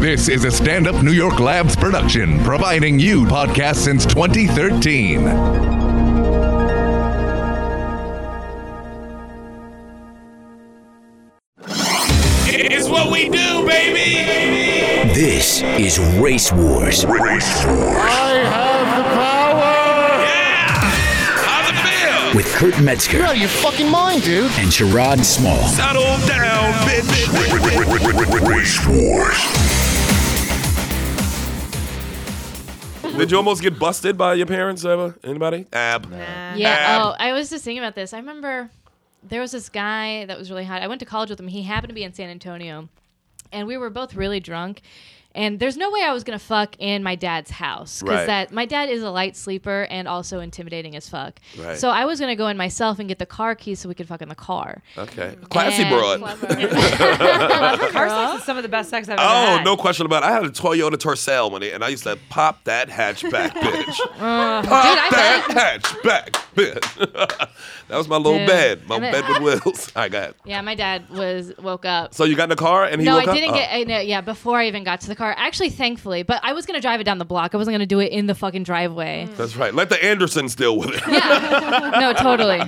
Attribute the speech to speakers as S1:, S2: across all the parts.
S1: This is a stand up New York Labs production, providing you podcasts since 2013.
S2: It's what we do, baby.
S3: This is Race Wars.
S2: How's it feel?
S3: with Kurt Metzger
S4: out of your fucking mind, dude.
S3: and Sherrod Small.
S2: Settle down, bitch. Did you almost get busted by your parents ever? Anybody? Ab.
S5: Yeah.
S2: Um,
S5: oh, I was just thinking about this. I remember there was this guy that was really hot. I went to college with him. He happened to be in San Antonio, and we were both really drunk. And there's no way I was gonna fuck in my dad's house
S2: Right.
S5: because that my dad is a light sleeper and also intimidating as fuck.
S2: Right.
S5: So I was gonna go in myself and get the car keys so we could fuck in the car.
S2: Okay. Classy
S5: And-
S2: broad.
S6: Car sex is some of the best sex I've ever
S2: Oh,
S6: had.
S2: no question about it. I had a Toyota Tercel when it, and I used to pop that hatchback, bitch. pop that hatchback, bitch. that was my little
S5: Dude.
S2: bed, my
S5: And it-
S2: bed with wheels. I got.
S5: Yeah, my dad was woke up.
S2: So you got in the car and he
S5: no,
S2: woke
S5: I
S2: up?
S5: didn't
S2: Oh.
S5: get. I know, yeah, before I even got to the car, actually, thankfully, but I was gonna drive it down the block. I wasn't gonna do it in the fucking driveway.
S2: That's right. Let the Andersons deal with it.
S6: Mm.
S5: no, totally.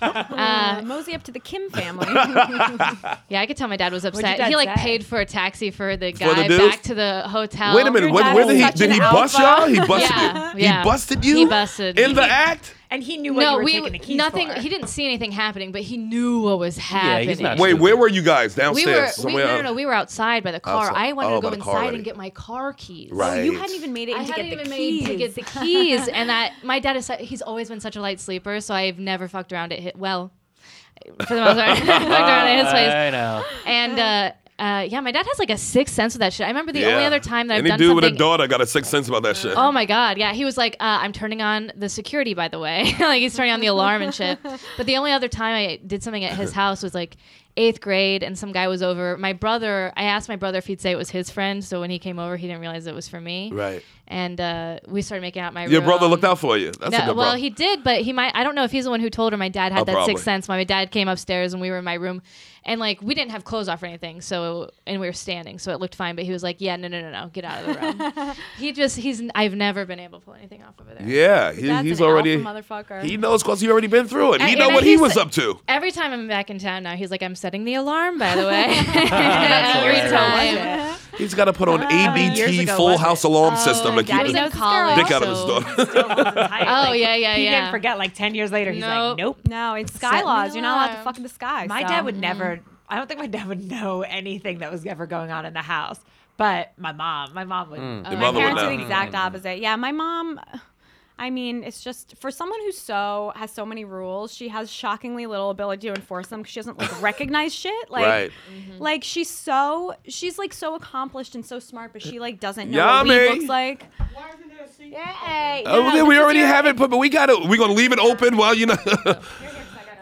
S6: Uh, mosey up to the Kim family. That's
S5: Yeah, I could tell my dad was
S6: your
S5: upset.
S6: dad
S5: he like
S6: say?
S5: paid for a taxi for the
S2: For the
S5: guy
S2: dude?
S5: back to the hotel.
S2: Wait a minute.
S6: Your
S2: What,
S6: dad
S2: where
S6: is
S2: did he?
S6: such
S2: Did
S6: an
S2: he bust y'all?
S6: alpha.
S2: He busted
S5: Yeah,
S2: you.
S5: yeah.
S2: He busted you.
S5: He busted.
S2: in the
S5: He-
S2: act.
S6: and he knew what
S5: No,
S6: you were
S5: we
S6: taking the keys
S5: nothing.
S6: for.
S5: He didn't see anything happening, but he knew what was happening.
S7: he's not
S2: Wait,
S7: Stupid.
S2: where were you guys?
S5: we were.
S2: Downstairs.
S5: We,
S2: somewhere?
S5: no, no, no. We were outside by the car.
S2: Outside.
S5: I wanted
S2: Oh,
S5: to
S2: by
S5: go
S2: the car
S5: inside
S2: already.
S5: and get my car keys.
S2: Right.
S6: You hadn't even made it in
S5: I
S6: to
S5: hadn't
S6: get
S5: even
S6: the
S5: made
S6: keys.
S5: it to get the keys, and that my dad is. su- He's always been such a light sleeper, so I've never fucked around at his. Well, for the most part, fucked around at his place.
S7: I know.
S5: And uh, uh, yeah, my dad has like a sixth sense with that shit. I remember the
S2: Yeah.
S5: only other time that
S2: Any
S5: I've done
S2: dude
S5: something.
S2: with a daughter got a sixth sense about that shit.
S5: Oh my god, yeah. He was like, uh, "I'm turning on the security, by the way." like he's turning on the alarm and shit. But the only other time I did something at his house was like eighth grade, and some guy was over. My brother, I asked my brother if he'd say it was his friend, so when he came over, he didn't realize it was for me.
S2: Right.
S5: And uh, we started making out in my
S2: Your brother
S5: room.
S2: looked out for you. That's a
S5: No,
S2: good
S5: Um, well,
S2: brother.
S5: he did, but he might. I don't know if he's the one who told her. My dad had
S2: Oh,
S5: that
S2: probably.
S5: sixth sense. My dad came upstairs and we were in my room, and like we didn't have clothes off or anything, so and we were standing, so it looked fine. But he was like, "Yeah, no, no, no, no, get out of the room." he just he's. I've never been able to pull anything off over there.
S2: yeah, he,
S6: That's
S2: he's
S6: an
S2: already.
S6: alpha motherfucker.
S2: He knows because he already been through it. He
S5: And-
S2: know
S5: and
S2: what he
S5: he's-
S2: was up to.
S5: Every time I'm back in town now, he's like, "I'm setting the alarm." By the way, every time.
S2: He's got to put
S5: Oh,
S2: on
S6: years
S2: ABT
S6: ago,
S2: full
S6: wasn't
S2: house
S6: it?
S2: alarm system to
S5: Daddy
S2: keep the
S5: knows college.
S2: dick out of his
S5: so-
S2: daughter.
S6: oh
S5: Oh yeah, yeah,
S6: He
S5: yeah.
S6: didn't forget. Like ten years later, he's
S5: Nope.
S6: like, nope.
S8: No, it's sky
S6: Set
S8: laws. You're not allowed to
S5: alarm.
S8: fuck in the sky.
S6: My
S8: so.
S6: dad would never. I don't think my dad would know anything that was ever going on in the house. But my mom, my mom would.
S5: Oh,
S2: Your
S8: My
S2: mother would
S8: parents are
S2: know.
S8: the exact opposite. Yeah, my mom. I mean, it's just for someone who's so has so many rules. She has shockingly little ability to enforce them because she doesn't like recognize shit. Like,
S2: Right.
S6: Mm-hmm.
S8: like she's so she's like so accomplished and so smart, but she like doesn't know what
S2: Yummy.
S8: weed looks like. Yay!
S2: Oh,
S8: No,
S2: then we
S8: because
S2: already
S8: you're-
S2: have it, but, but we gotta we gonna leave it open while you know.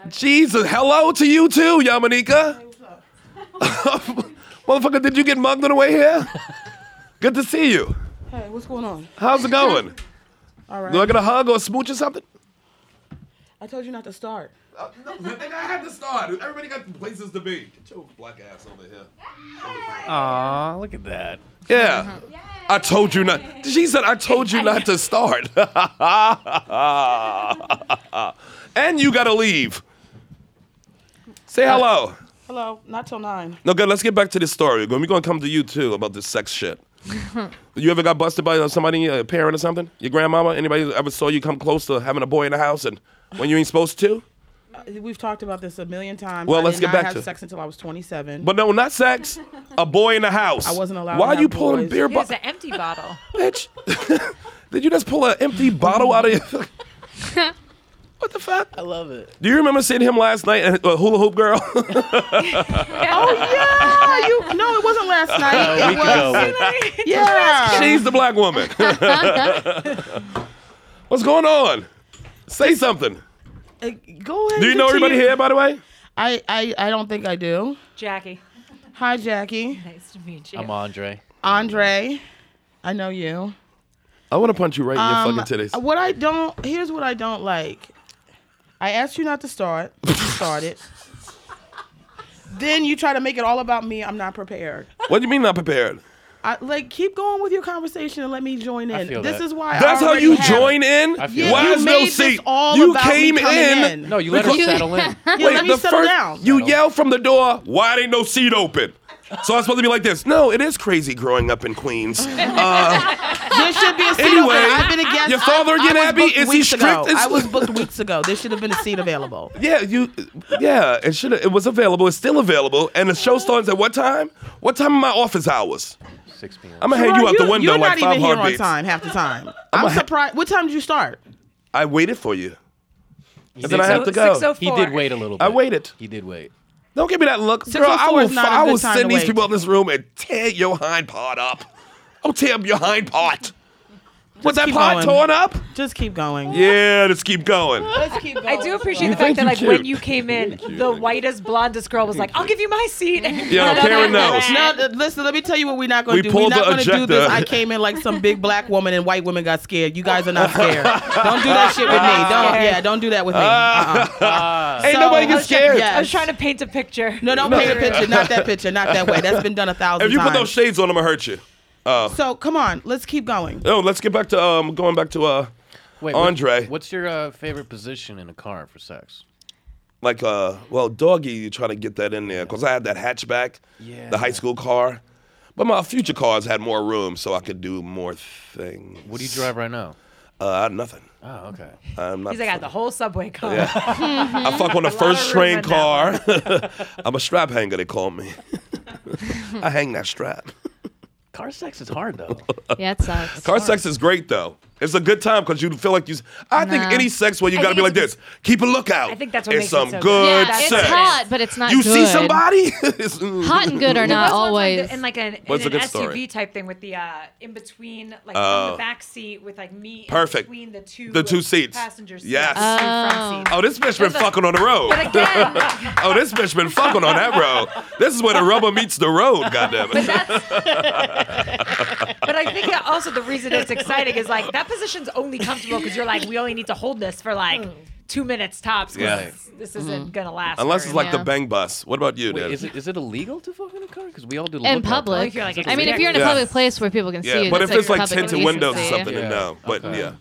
S2: Jesus, hello to you too, Yamanika. Motherfucker, did you get mugged on the way here? Good to see you.
S9: Hey, what's going on?
S2: How's it going?
S9: All
S2: Do I
S9: right.
S2: get a hug or a smooch or something?
S9: I told you not to start.
S2: Uh, No, I had to start. Everybody got places to be. Get your black ass over here.
S7: Aw, look at that.
S2: Yeah. I told you not. She said, I told you not to start. and you gotta leave. Say hello.
S9: Hello. Not till nine.
S2: No, good. Let's get back to this story. We're going to come to you too about this sex shit. you ever got busted by uh, somebody, a parent or something? Your grandmama? Anybody ever saw you come close to having a boy in the house and when you ain't supposed to?
S9: We've talked about this a million times.
S2: Well,
S9: I
S2: let's get
S9: did not
S2: back
S9: have
S2: to-
S9: sex until I was 27.
S2: But no, not sex. A boy in the house.
S9: I wasn't allowed
S2: Why
S9: to
S2: are you
S9: have
S2: pulling
S9: boys.
S2: beer
S6: It was
S2: bottles,
S6: an empty bottle.
S2: bitch? Did you just pull an empty bottle out of your? what the fuck?
S7: I love it.
S2: Do you remember seeing him last night at uh, Hula Hoop Girl?
S9: yeah, Oh, you. No, it wasn't last night.
S7: A
S9: It
S7: week
S9: was-
S7: ago, with-
S9: Yeah.
S2: She's the black woman. What's going on? Say something.
S9: Uh, Go ahead.
S2: Do you
S9: and
S2: know everybody
S9: continue.
S2: here, by the way?
S9: I, I, I don't think I do.
S6: Jackie,
S9: Hi, Jackie.
S6: nice to meet you.
S7: I'm Andre.
S9: Andre. I know you.
S2: I want to punch you right in
S9: Um,
S2: your fucking titties.
S9: What I don't here's what I don't like. I asked you not to start. You started. Then you try to make it all about me. I'm not prepared.
S2: What do you mean not prepared?
S9: I, like, keep going with your conversation and let me join in.
S7: I feel
S9: this
S7: that.
S9: is why. I
S2: That's how
S9: already
S2: you
S9: have-
S2: join in.
S7: I feel
S9: Yeah,
S2: Why
S7: that.
S9: you
S2: is
S9: made
S2: no
S9: this
S2: seat?
S9: all
S2: you
S9: about me
S2: came
S9: coming
S2: in.
S9: in.
S7: No, you let her settle in.
S9: Yeah, let me settle down.
S2: You
S7: Settle.
S2: yell from the door, why ain't no seat open? So I'm supposed to be like this. No, it is crazy growing up in Queens. Uh,
S9: There should be a seat
S2: Anyway,
S9: open. I've been a guest.
S2: your father
S9: I- I
S2: again,
S9: was
S2: Abby?
S9: booked
S2: Is he
S9: weeks
S2: strict?
S9: ago.
S2: Is-
S9: I was booked weeks ago. There should have been a seat available.
S2: yeah, you yeah, it should it was available, it's still available, and the show starts at what time? What time are my office hours?
S7: 6 p.m.
S2: I'm gonna hang you out the window
S9: are
S2: like
S9: not
S2: five
S9: even here on
S2: heartbeats.
S9: time half the time. I'm,
S2: a-
S9: surprised. What time did you start?
S2: I waited for you. And
S7: He did
S2: then I have to
S8: Oh,
S7: wait.
S2: go.
S7: He did wait a little bit.
S2: I waited.
S7: He did wait.
S2: Don't give me that look, girl. I
S9: 604
S2: will,
S9: is not a
S2: I
S9: good
S2: will
S9: time
S2: send
S9: to
S2: these
S9: wait.
S2: people out this room and tear your hind part up. I'll tear up your hind part. Was that
S9: keep
S2: part
S9: going.
S2: torn up?
S9: Just keep going.
S2: Yeah, let's keep going.
S9: Let's keep going.
S6: I do appreciate the
S2: think
S6: fact that
S2: you're
S6: like when
S2: cute.
S6: you came in, the whitest, blondest girl was like, "I'll give you my seat." And
S2: Yo, Karen knows.
S9: Now, uh, listen, let me tell you what we're not going
S2: We
S9: to do.
S2: pulled
S9: We're not
S2: the
S9: going to do this.
S2: ejector.
S9: I came in like some big black woman and white women got scared. You guys are not scared. don't do that shit with me. Don't, yeah, don't do that with me. Uh-uh.
S2: Ain't
S9: So-
S2: nobody get scared.
S9: Yeah.
S6: I was trying to paint a picture.
S9: No, don't paint a picture. Not that picture. Not that way. That's been done a thousand
S2: If you put
S9: times.
S2: those shades on, I'm gonna hurt you.
S9: so come on, let's keep going.
S2: No, let's get back to um going back to uh
S7: Wait, what-
S2: Andre.
S7: what's your uh, favorite position in a car for sex?
S2: like uh well doggy you trying to get that in there because I had that hatchback,
S7: Yeah.
S2: the high school car, but my future cars had more room so I could do more things.
S7: What do you drive right now?
S2: Uh, nothing.
S7: Oh, okay.
S2: I'm not.
S6: He's like, "I had the whole subway covered."
S2: I fuck on the first
S6: of
S2: train
S6: room in
S2: car. I'm a strap hanger. They call me. I hang that strap.
S7: Car sex is hard though.
S5: Yeah, it sucks.
S2: Car sex is great though. It's a good time because you feel like you. I think
S5: Nah.
S2: any sex where you
S6: I
S2: gotta be
S6: think
S2: like
S6: it's-
S2: this. Keep a lookout.
S6: I think that's what
S2: it's
S6: makes it
S2: some
S6: so good.
S2: good
S5: yeah, it's
S2: sex.
S5: hot, but it's not
S2: You
S5: good.
S2: see somebody? It's- mm.
S5: Hot and good are
S6: There
S5: not
S6: was one time
S5: always.
S6: that- in like an, in
S2: What's a
S6: an
S2: good
S6: SUV
S2: story?
S6: type thing with the uh, in between, like in
S2: Oh.
S6: the back seat with like me in
S2: Perfect.
S6: between the two uh,
S2: The two seats.
S6: passenger seats,
S2: Yes.
S6: and front seats.
S2: Oh, this bitch been fucking on the road.
S6: But again,
S2: Oh, this bitch been fucking on that road. This is where the rubber meets the road. Goddamn it.
S6: but I think that also the reason it's exciting is like that position's only comfortable because you're like, we only need to hold this for like
S5: Hmm.
S6: two minutes tops. 'cause
S2: Yeah.
S6: this- This isn't gonna last.
S2: Unless
S6: very
S2: it's like the
S5: Yeah.
S2: bang bus. What about you,
S7: Wait,
S2: Dad?
S7: is it is it illegal to fuck in a car? Because we all do.
S5: in
S7: lookout
S5: public.
S6: If you're, like,
S5: I mean, if you're in a
S2: Yeah.
S5: public place where people can see
S2: yeah,
S5: you,
S2: but if
S5: that's,
S2: it's like
S5: public
S2: tinted windows or
S5: decency.
S2: something, then
S7: Yeah,
S2: no. But
S7: okay.
S2: yeah,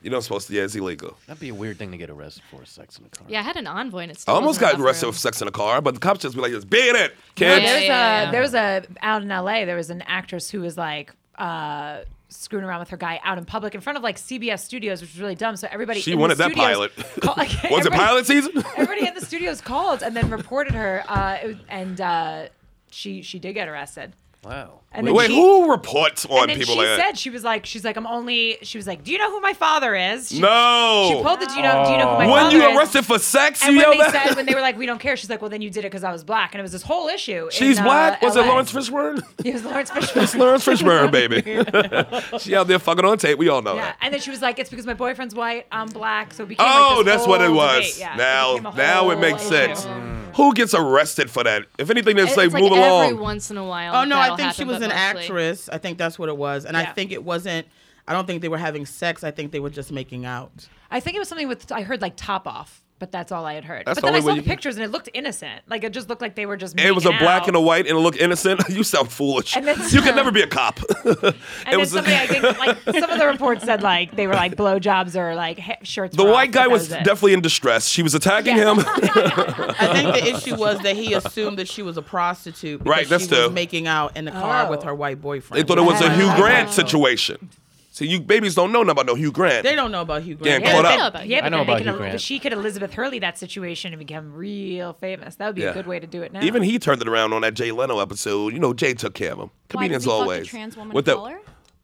S2: you're not supposed to. Yeah, it's illegal.
S7: That'd be a weird thing to get arrested for sex in a car.
S5: Yeah, I had an envoy and it
S2: I
S5: still
S2: almost
S5: wasn't
S2: got
S5: enough
S2: arrested
S5: room.
S2: with sex in a car, but the cops just be like, just be in it,
S6: Yeah,
S2: kids.
S5: Yeah,
S6: there's
S5: yeah,
S6: a
S5: yeah.
S6: there was a out in LA there was an actress who was like uh screwing around with her guy out in public in front of like CBS studios which was really dumb so everybody
S2: She
S6: in the
S2: wanted that
S6: studios
S2: pilot.
S6: call- like,
S2: Was it
S6: everybody-
S2: pilot season?
S6: everybody at the studios called and then reported her uh it was, and uh she she did get arrested
S7: Wow.
S6: and then
S2: Wait,
S6: she,
S2: who reports on
S6: and then
S2: people
S6: she
S2: like
S6: said
S2: that?
S6: she was like she's like I'm only she was like do you know who my father is she, she
S2: No.
S6: pulled the do you know do you know who my
S2: When
S6: father
S2: you
S6: is?
S2: arrested for sex,
S6: and
S2: you
S6: when
S2: yell
S6: they
S2: that.
S6: said when they were like we don't care she's like well then you did it because I was black and it was this whole issue
S2: She's
S6: in,
S2: what?
S6: uh,
S2: Was it
S6: LA.
S2: Lawrence Fishburne?
S6: it was Lawrence
S2: It's
S6: Fishburne
S2: Lawrence Fishburne, baby. she out there fucking on tape. We all know
S6: Yeah,
S2: that.
S6: and then she was like, "It's because my boyfriend's white, I'm black, so it became like,
S2: Oh,
S6: this
S2: that's what it
S6: whole
S2: was.
S6: debate. Yeah, it became
S2: now,
S6: a
S2: now it
S6: whole
S2: makes
S6: issue.
S2: sense. Who gets arrested for that? If anything, they
S5: It's
S2: say
S5: like
S2: move
S5: every
S2: along.
S5: once in a while.
S9: Oh no, I
S5: that'll
S9: think she
S5: happen,
S9: was an
S5: but mostly-
S9: actress. I think that's what it was, and I
S6: Yeah.
S9: think it wasn't. I don't think they were having sex. I think they were just making out.
S6: I think it was something with I heard like top off, but that's all I had heard.
S2: That's
S6: but then
S2: the only
S6: I
S2: way
S6: saw
S2: you
S6: the
S2: can-
S6: pictures and it looked innocent. Like it just looked like they were just.
S2: It was a
S6: making
S2: black
S6: out.
S2: and a white, and it looked innocent. you sound foolish.
S6: And then-
S2: You can never be a cop.
S6: And then somebody, I think, like some of the reports said like they were like blowjobs or like he- shirts.
S2: the
S6: were
S2: white
S6: off,
S2: guy
S6: but that
S2: was
S6: it.
S2: definitely in distress. She was attacking
S6: Yeah.
S2: him.
S9: I think the issue was that he assumed that she was a prostitute because
S2: Right, that's
S9: she was
S2: the-
S9: making out in the car
S6: Oh.
S9: with her white boyfriend.
S2: they thought it was a
S9: Right.
S2: Hugh
S9: Right.
S2: Grant
S9: Right.
S2: situation. See, you babies don't know nothing about no Hugh Grant.
S9: They don't know about Hugh
S2: Getting
S9: Grant.
S2: caught
S5: I
S2: up.
S5: know about you.
S6: Yeah,
S7: I
S6: but
S7: know
S6: then
S7: about
S6: they
S7: you,
S6: can,
S7: Grant.
S6: she could Elizabeth Hurley that situation and become real famous. That would be
S2: Yeah.
S6: a good way to do it now.
S2: Even he turned it around on that Jay Leno episode. You know, Jay took care of him. Comedians always.
S8: trans woman
S2: With
S8: With
S2: that-
S8: color?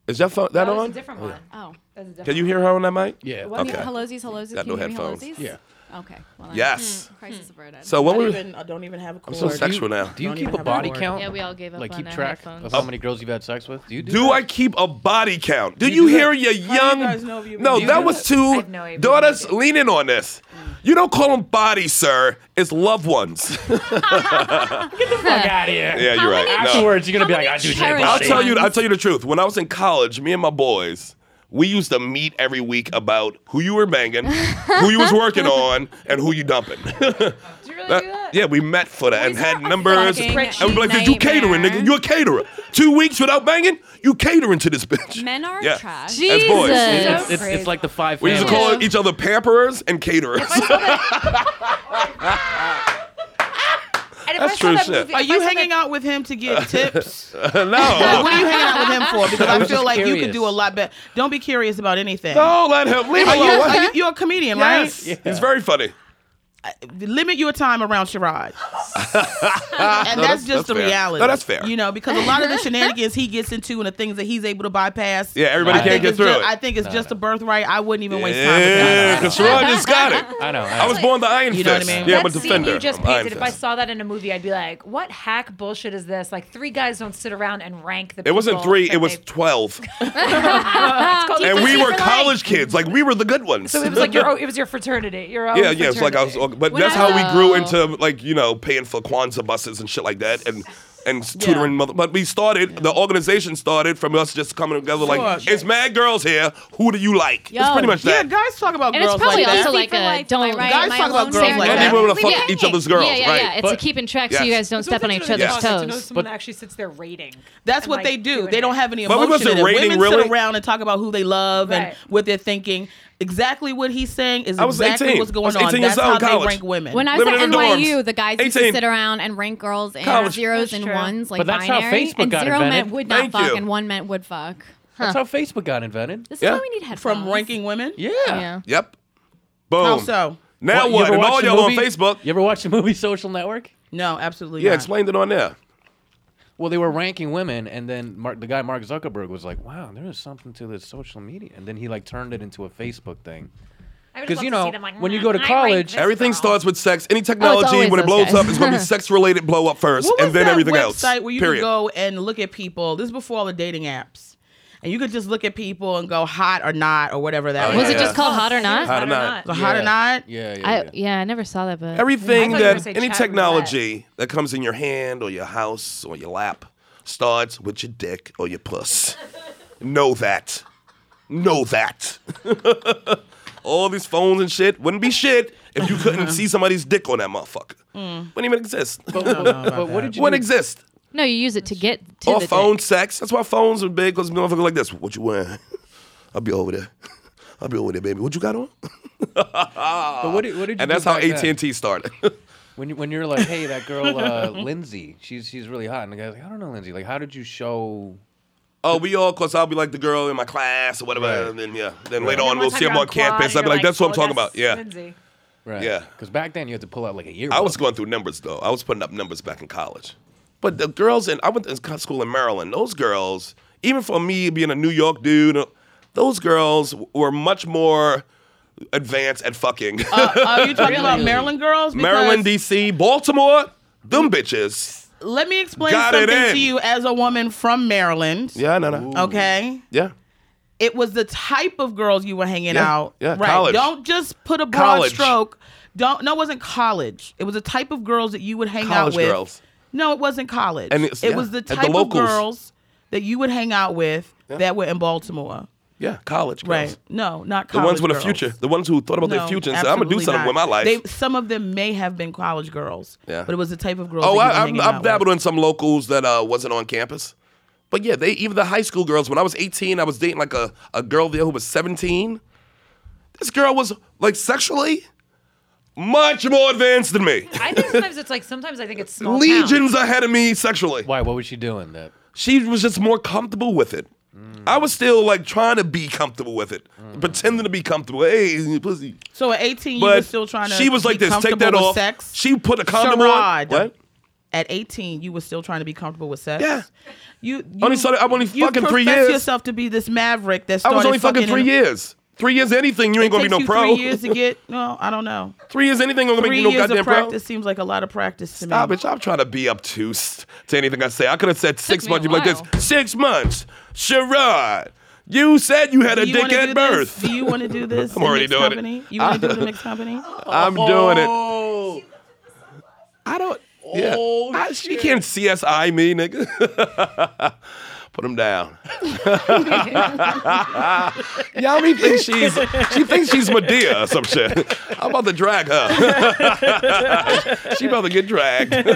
S2: Is that phone, that
S6: that was a
S2: on?
S6: different one.
S8: Oh.
S6: That was a different
S2: Can you hear her on that mic?
S7: Yeah.
S8: What?
S2: Okay.
S8: Helosies, helosies.
S2: Got
S8: Can
S2: no
S8: you hear me,
S2: headphones.
S8: helosies?
S7: Yeah.
S8: Okay. Well, then-
S2: Yes.
S6: Hmm.
S8: Crisis averted.
S2: So when
S9: I
S2: we
S9: don't even- I don't even have a cord.
S2: so sexual now.
S7: Do you
S9: Don't
S7: keep
S9: even
S7: a
S9: have
S7: body
S9: a word.
S7: count?
S5: Yeah, we all gave up
S7: Like
S5: on
S7: keep
S5: our
S7: track
S5: headphones.
S7: of how many girls you've had sex with. Do you do?
S2: Do
S7: that?
S2: I keep a body count? Do you,
S7: do
S2: hear
S7: that?
S2: your young?
S9: guys know if you've been
S2: no,
S9: doing
S2: that
S9: it?
S2: was two
S6: have no idea.
S2: daughters leaning on this. You don't call them bodies, sir. It's loved ones.
S7: Fuck out of here.
S2: yeah, you're right. No.
S7: Afterwards, you're gonna be
S8: How
S7: like, I
S8: many
S7: do
S8: cherries
S7: that.
S2: I'll
S8: Shit.
S2: tell you. I'll tell you the truth. When I was in college, me and my boys, we used to meet every week about who you were banging, who you was working on, and who you dumping.
S6: Do you
S2: That- yeah, we met for that and had numbers.
S8: fucking
S2: And we'd be like, "Did you catering,
S8: nightmare."
S2: nigga? You're a caterer. Two weeks without banging, you catering to this bitch."
S8: Men are
S2: Yeah.
S8: trash.
S5: Jesus.
S2: As boys.
S7: It's,
S5: It's,
S7: it's, it's like the five.
S2: We used to
S7: families.
S2: call each other pamperers and caterers.
S6: And if
S2: That's
S6: I saw
S2: true
S6: that
S2: shit.
S6: movie,
S9: Are
S6: if
S9: you
S6: I saw
S9: hanging
S6: that,
S9: out with him to get tips?
S2: no,
S9: Like, what are you hanging out with him for? Because
S7: I
S9: I
S7: was
S9: feel
S7: just
S9: like you could
S7: curious.
S9: do a lot better. Don't be curious about anything.
S2: don't Oh, let him leave
S9: Are
S2: him
S9: you,
S2: alone.
S9: are you, you're a comedian,
S2: Yes,
S9: right?
S2: he's very funny.
S9: Limit your time around charade. and that's,
S2: that's-
S9: just
S2: that's
S9: the
S2: fair.
S9: reality.
S2: No, that's fair.
S9: You know, because a lot of the shenanigans he gets into and the things that he's able to bypass.
S2: Yeah, everybody
S9: I
S2: can't
S9: think
S2: get
S9: it's
S2: through
S9: ju-
S2: it.
S9: I think it's just a birthright. I wouldn't even waste time with that.
S2: Yeah, because Sharon just got it.
S7: I know. I,
S2: I was born the Iron
S9: You know what I
S2: Fist.
S9: mean?
S2: Yeah, I'm a
S6: that scene
S2: defender.
S6: you just
S2: I'm Iron
S6: painted, if I
S2: Fist.
S6: saw that in a movie, I'd be like, what hack bullshit is this? Like, three guys don't sit around and rank the
S2: It wasn't
S6: people
S2: three,
S6: that
S2: it was
S6: they-
S2: 12.
S6: It's called
S2: And we
S6: TPC
S2: were
S6: for life.
S2: college kids. Like, we were the good ones.
S6: So it was like your own- it was your fraternity. Your own
S9: Oh,
S2: yeah, yeah. It's like I was,
S6: fraternity.
S2: but
S5: When
S2: that's
S5: I
S2: how we grew
S5: was-
S2: into like you know paying for Kwanzaa buses and shit like that, and and tutoring mother. But we started the organization started from us just coming together like
S9: Sure.
S2: it's mad girls here. Who do you like? it's
S5: Yo.
S2: pretty much
S9: Yeah,
S2: that.
S9: guys talk about
S5: and
S9: girls
S5: it's probably
S9: like
S5: also
S9: that.
S5: like
S8: for
S5: a
S8: life, though,
S5: don't
S8: right?
S9: Guys
S8: Am I
S9: talk about
S8: alone?
S9: girls
S8: Sarah
S9: like
S2: and
S8: Jessica
S2: they
S9: that.
S2: want to
S8: We
S2: fuck
S8: did.
S2: each other's girls,
S5: yeah, yeah,
S2: right?
S5: yeah. It's
S7: But-
S5: to keep in track so
S2: Yes.
S5: you guys don't step on each other's
S6: It's always interesting To know
S5: toes.
S6: someone actually sits there rating.
S9: That's
S6: and,
S9: what
S6: like,
S9: they do.
S6: doing
S9: They don't
S6: it.
S9: have any
S2: But we
S9: emotion.
S2: wasn't
S9: in it.
S2: rating,
S9: Women
S2: really.
S9: sit around and talk about who they love and
S6: Right.
S9: what they're thinking. Exactly what he's saying is
S2: I was
S9: exactly
S2: 18.
S9: what's
S2: I was
S9: going on.
S2: 18 years
S9: That's
S2: old
S9: how
S2: in college.
S9: they rank women.
S4: When I was
S2: Living
S4: at
S2: in the dorms.
S4: NYU, the guys used to
S2: 18.
S4: sit around and rank girls in
S2: College.
S4: zeros
S6: That's
S4: and
S6: true.
S4: ones, like
S7: But that's how
S4: binary.
S7: Facebook
S4: and
S7: got
S4: zero
S7: invented.
S4: meant would not
S2: Thank
S4: fuck
S2: you.
S4: and one meant would fuck.
S7: That's how Facebook got invented.
S4: This
S2: Yeah.
S4: is why we need headphones.
S9: from ranking women.
S7: Yeah.
S5: yeah.
S2: Yep. Boom.
S9: How so?
S2: Now
S7: you
S2: what?
S7: ever
S2: And
S7: watch
S2: all
S7: the
S2: y'all on
S7: movie-
S2: Facebook.
S7: You ever watch the movie Social Network?
S9: No, absolutely
S2: Yeah,
S9: not.
S2: explained it on there.
S7: Well, they were ranking women, and then Mark, the guy Mark Zuckerberg was like, "Wow, there is something to this social media," and then he like turned it into a Facebook thing.
S6: I would
S7: Because,
S6: love
S7: you
S6: to see
S7: know,
S6: them like,
S7: when you
S6: "Mm,
S7: go to
S6: I rank
S7: college,
S6: this
S2: Everything
S6: girl."
S2: starts with sex.
S9: Oh,
S2: Any technology,
S5: always
S2: when it
S5: those
S2: blows
S5: guys.
S2: up, it's going to be sex related blow up first,
S9: What was
S2: and then
S9: that
S2: everything
S9: website
S2: else.
S9: where you
S2: period.
S9: could go and look at people? This is before all the dating apps, and you could just look at people and go hot or not or whatever that
S2: Oh,
S9: was.
S5: Was
S2: yeah.
S5: it just called hot or not?
S2: Hot or
S6: I don't
S2: not.
S6: know.
S9: So hot or not?
S7: Yeah, yeah.
S5: I, yeah, I never saw that, but
S2: Everything
S6: I thought you were
S2: that
S6: gonna say
S2: any
S6: chat
S2: technology that comes in your hand or your house or your lap starts with your dick or your puss. know that. Know that. All these phones and shit wouldn't be shit if you couldn't see somebody's dick on that motherfucker.
S6: Hmm.
S2: Wouldn't even exist.
S7: But what did you?
S2: Wouldn't exist.
S5: no, you use it to get to
S2: Or
S5: the
S2: phone
S5: dick.
S2: sex. That's why phones are big because motherfuckers like this. What you wearing? I'll be over there. I'll be over there, baby. What you got on?
S7: But what did, what did you?
S2: And
S7: do
S2: that's how
S7: back then?
S2: AT and T started.
S7: When you, when you're like, hey, that girl uh, Lindsay, she's she's really hot, and the guy's like, I don't know Lindsay. Like, how did you show?
S2: oh, we all, cause I'll be like the girl in my class or whatever.
S7: Right.
S2: And then yeah, then later on
S6: And then
S2: we'll
S6: one time
S2: see him
S6: you're
S2: on
S6: quad
S2: campus.
S6: and
S2: I'll be
S6: you're
S2: like, that's what I'm
S6: "Oh,
S2: talking
S6: that's
S2: about. Yeah.
S6: Lindsay.
S7: Right.
S2: Yeah.
S7: Because back then you had to pull out like a year.
S2: I was going through numbers though. I was putting up numbers back in college. But the girls in I went to co- school in Maryland. Those girls, even for me being a New York dude, uh, those girls were much more advanced at fucking.
S9: Are oh, you talking about Maryland girls? Uh, Because
S2: Maryland, D.C., Baltimore, them bitches.
S9: Let me explain
S2: Got it
S9: something
S2: in.
S9: to you as a woman from Maryland.
S2: Yeah, no, no.
S9: Okay.
S2: Yeah.
S9: It was the type of girls you were hanging
S2: Yeah,
S9: out.
S2: yeah,
S9: Right.
S2: college.
S9: Don't just put a broad
S2: College.
S9: stroke. Don't. No, it wasn't college. It was the type of girls that you would hang
S2: College
S9: out with.
S2: girls.
S9: No, it wasn't college.
S2: And it's-
S9: it
S2: yeah,
S9: was the
S2: at the
S9: type of
S2: locals.
S9: girls that you would hang out with that were in Baltimore.
S2: Yeah, college girls.
S9: Right. No, not
S2: The
S9: college.
S2: ones with
S9: girls.
S2: a future. The ones who thought about
S9: No,
S2: their future and said, I'm going to do
S9: absolutely
S2: something
S9: not.
S2: with my life.
S9: They, some of them may have been college girls,
S2: Yeah.
S9: but it was the type of girls.
S2: oh,
S9: that you were
S2: I, I'm,
S9: hanging
S2: I'm
S9: out
S2: dabbled
S9: with.
S2: in some locals that uh, wasn't on campus. But yeah, they even the high school girls. When I was 18, I was dating like a, a girl there who was 17. This girl was like sexually much more advanced than me.
S6: I think sometimes it's like sometimes I think it's small
S2: Legions ahead of me sexually.
S7: Why? What was she doing? That
S2: she was just more comfortable with it.
S9: Mm.
S2: I was still like trying to be comfortable with it, pretending to be comfortable. Hey, pussy.
S9: So at 18, Mm. you
S2: But
S9: were still trying to.
S2: she was
S9: be
S2: like this. Take
S9: comfortable
S2: that
S9: with
S2: off.
S9: Sex.
S2: She put a condom
S9: Sherrod.
S2: on. What?
S9: at 18, you were still trying to be comfortable with sex.
S2: Yeah.
S9: You, you
S2: Only started- I've only
S9: you
S2: fucking three
S9: profess
S2: years.
S9: yourself to be this maverick that
S2: I
S9: started
S2: was only fucking
S9: in-
S2: three years. Three years anything, you ain't gonna be no
S9: Takes you
S2: pro.
S9: Three years to get. No, I don't know.
S2: Three years anything gonna
S9: Three
S2: make you no
S9: years
S2: goddamn
S9: of
S2: pro.
S9: practice seems like a lot of practice to me.
S2: Stop it! I'm trying to be obtuse to anything I say. I could have said six
S5: me a
S2: months. You'd be like
S5: while.
S2: this. Six months, Sherrod. You said you had a
S9: Do you
S2: dick
S9: wanna
S2: at
S9: do
S2: birth.
S9: This? Do you want to do this?
S2: I'm
S9: in
S2: already
S9: mixed
S2: doing it.
S9: company? You want to do it in mixed company?
S2: I'm doing it. Oh, I don't. Yeah. I, she can't CSI me, nigga. Put him down. Yami thinks she's she thinks she's Medea or some shit. I'm about to drag her. she about to get dragged.
S9: Come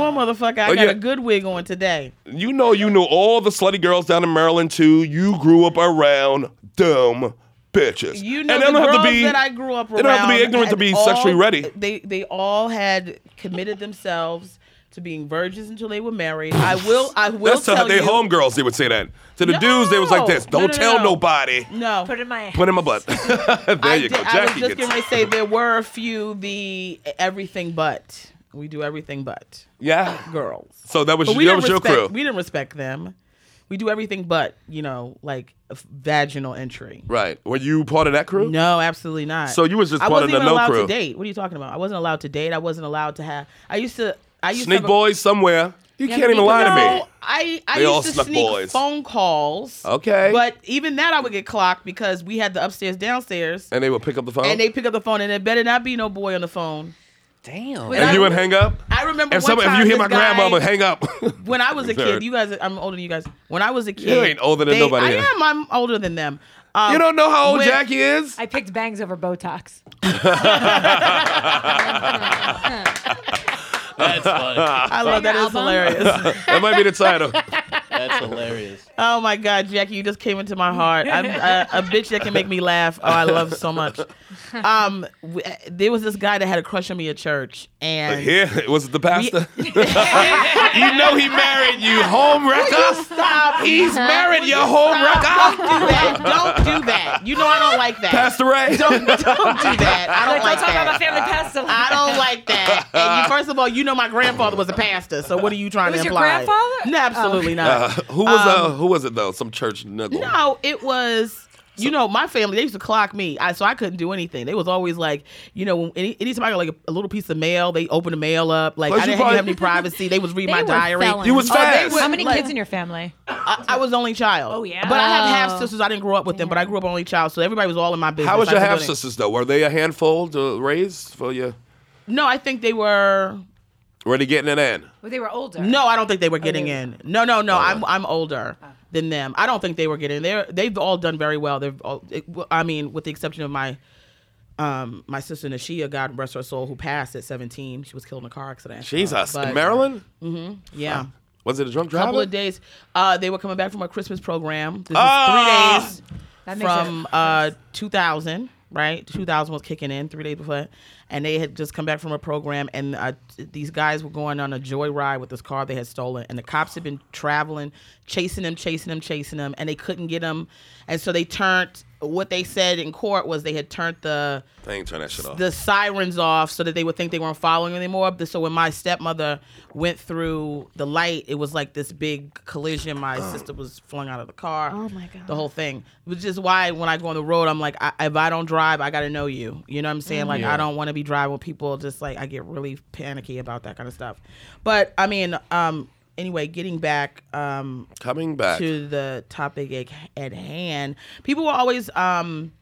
S9: on, motherfucker. I
S2: Oh,
S9: got
S2: yeah.
S9: a good wig on today.
S2: you know, you know all the slutty girls down in Maryland too. You grew up around dumb bitches.
S9: You know
S2: and
S9: the
S2: they don't
S9: girls
S2: have to be
S9: that I grew up around.
S2: They don't have to be ignorant to
S9: had
S2: be
S9: all-
S2: sexually ready.
S9: They they all had committed themselves to being virgins until they were married. I will I will
S2: That's
S9: tell
S2: to they
S9: you.
S2: homegirls. They would say that to the dudes. They was like this.
S9: No,
S2: Don't
S9: no,
S2: tell
S9: no.
S2: nobody.
S9: No,
S6: Put it in my
S2: Put in my butt. there
S9: I,
S2: you
S9: did,
S2: go.
S9: I was
S2: Jackie
S9: just
S2: gets.
S9: gonna say there were a few the everything but we do everything but
S2: yeah.
S9: girls.
S2: So that was
S9: But we
S2: that
S9: didn't
S2: was your
S9: respect.
S2: crew.
S9: We didn't respect them. We do everything but you know like f- vaginal entry.
S2: Right. Were you part of that crew?
S9: No, absolutely not.
S2: So you was just
S9: I
S2: part of
S9: wasn't
S2: the
S9: even
S2: no
S9: allowed
S2: crew.
S9: to date. What are you talking about? I wasn't allowed to date. I wasn't allowed to have. I used to. I used
S2: Sneak
S9: to have a-
S2: boys somewhere. You can't even
S9: No,
S2: lie to me.
S9: I, I
S2: They all
S9: used to
S2: snuck
S9: sneak
S2: boys.
S9: phone calls.
S2: Okay.
S9: But even that, I would get clocked because we had the upstairs downstairs,
S2: And uh, they would pick up the phone.
S9: and they pick up the phone, and there better not be no boy on the phone.
S7: Damn.
S9: I-
S2: and you would hang up.
S9: I remember
S2: If
S9: one
S2: some, if
S9: time
S2: you hear
S9: this
S2: my
S9: guy-
S2: grandmama, hang up.
S9: when I was a
S2: Third.
S9: kid, you guys, I'm older than you guys. When I was a kid,
S2: ain't older than
S9: they-
S2: nobody
S9: I
S2: here.
S9: am. I'm older than them. Um,
S2: you don't know how old
S9: when-
S2: Jackie is.
S6: I picked bangs over Botox.
S7: That's funny.
S9: I love that. It's
S4: album?
S9: hilarious.
S2: that might be the title.
S7: That's hilarious.
S9: oh my God, Jackie, you just came into my heart. I'm a, a bitch that can make me laugh. Oh, I love so much. Um, w- there was this guy that had a crush on me at church, and
S2: Here was it the pastor. you know he married you, home wrecker.
S9: stop.
S2: He's married you, home wrecker.
S9: do that. Don't do that. You know I don't like that.
S2: Pastor Ray.
S9: Don't don't do that. I don't like
S6: Talk about my
S9: that.
S6: family pastor.
S9: I don't like that. And you, first of all, you know my grandfather was a pastor, so what are you trying
S6: was
S9: to
S6: your
S9: imply?
S6: grandfather?
S9: No, absolutely
S2: Uh,
S9: not.
S2: who was uh, who was it though? Some church nigga.
S9: Um, No, it was. You know, my family they used to clock me, I, so I couldn't do anything. They was always like, you know, when any, anytime I got like a, a little piece of mail, they open the mail up. Like
S2: Plus
S9: I
S2: you
S9: didn't
S2: probably-
S9: have any privacy. They was read
S4: They
S9: my
S4: were
S9: diary.
S4: felons.
S2: You was
S9: Oh, they
S2: fast.
S9: were-
S6: How many
S9: like-
S6: kids in your family?
S9: I, I was only child.
S6: Oh, yeah.
S9: But I have half
S5: Oh.
S9: sisters. I didn't grow up with them, but I grew up only child, so everybody was all in my business.
S2: How was
S9: I
S2: your
S9: couldn't do
S2: half
S9: anything.
S2: sisters though? Were they a handful to raise for you?
S9: No, I think they were.
S2: Were they getting it in?
S6: Well, they were older.
S9: No, I don't think they were getting
S6: they-
S9: in. No, no, no. I'm I'm older than them. I don't think they were getting. They they've all done very well. They've all. it- well, I mean, with the exception of my. Um, my sister Nashia, God rest her soul, who passed at 17. She was killed in a car accident.
S2: Jesus,
S9: But-
S2: in Maryland.
S9: Yeah.
S2: Was it a drunk
S9: A
S2: driver?
S9: couple of days. Uh, they were coming back from a Christmas program. This is
S2: Ah!
S9: three days
S6: That makes
S9: from
S6: sense.
S9: uh 2000 right 2000 was kicking in three days before and they had just come back from a program and uh, t- these guys were going on a joyride with this car they had stolen and the cops had been traveling chasing them chasing them chasing them and they couldn't get them and so they turned what they said in court was they had turned the
S2: I ain't turn that shit off.
S9: the sirens off so that they would think they weren't following anymore. So when my stepmother went through the light, it was like this big collision. My sister was flung out of the car. Oh
S5: my God.
S9: The whole thing, which is why when I go on the road, I'm like, I, if I don't drive, I got to know you. You know what I'm saying? Like I don't want to be driving with people. Just like I get really panicky about that kind of stuff. But I mean, um, anyway, getting back, um,
S2: Coming back.
S9: to the topic at, at hand. People were always um,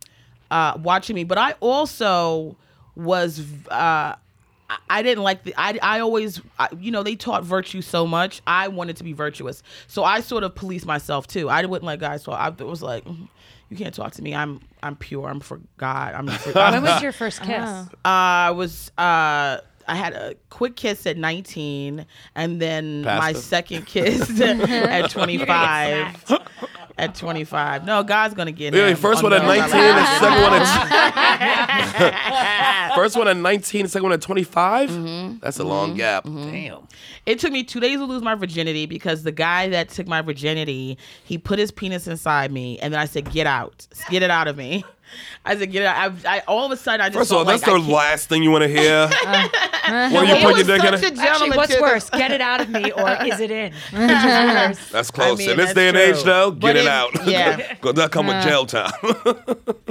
S9: uh, watching me, but I also was. Uh, I- I didn't like the. I, I always, I, you know, they taught virtue so much. I wanted to be virtuous, so I sort of policed myself too. I wouldn't let guys talk. I was like, "Mm, you can't talk to me. I'm I'm pure. I'm for God. I'm. For,
S6: When
S9: I'm
S6: was your first kiss?
S9: I was uh I had a quick kiss at 19 and then my
S2: Pastor.
S9: second kiss at 25. At 25. No, God's going to get
S2: Yeah,
S9: him
S2: first one
S9: on
S2: at
S9: those.
S2: 19 and second one at first one at 19 and second one at 25.
S9: Mm-hmm.
S2: That's a long gap.
S7: Damn.
S9: It took me 2 days to lose my virginity because the guy that took my virginity, he put his penis inside me and then I said, "Get out. Get it out of me." I said, "Get out." I, I all of a sudden I just
S2: First of all,
S9: felt like
S2: that's
S9: I
S2: the
S9: can't- Uh-huh.
S2: last thing you want to hear. when you
S9: It
S2: put your
S9: was
S2: dick in
S9: such a
S2: it.
S9: gentleman
S6: Actually, what's
S9: too.
S6: worse? Get it out of me or is it in? Which is worse?
S2: That's close.
S9: mean,
S2: in this
S9: that's
S2: day and
S9: true.
S2: age, though,
S9: But
S2: get it,
S9: it-
S2: out.
S9: yeah. Uh-huh.
S2: Cause that come with jail time.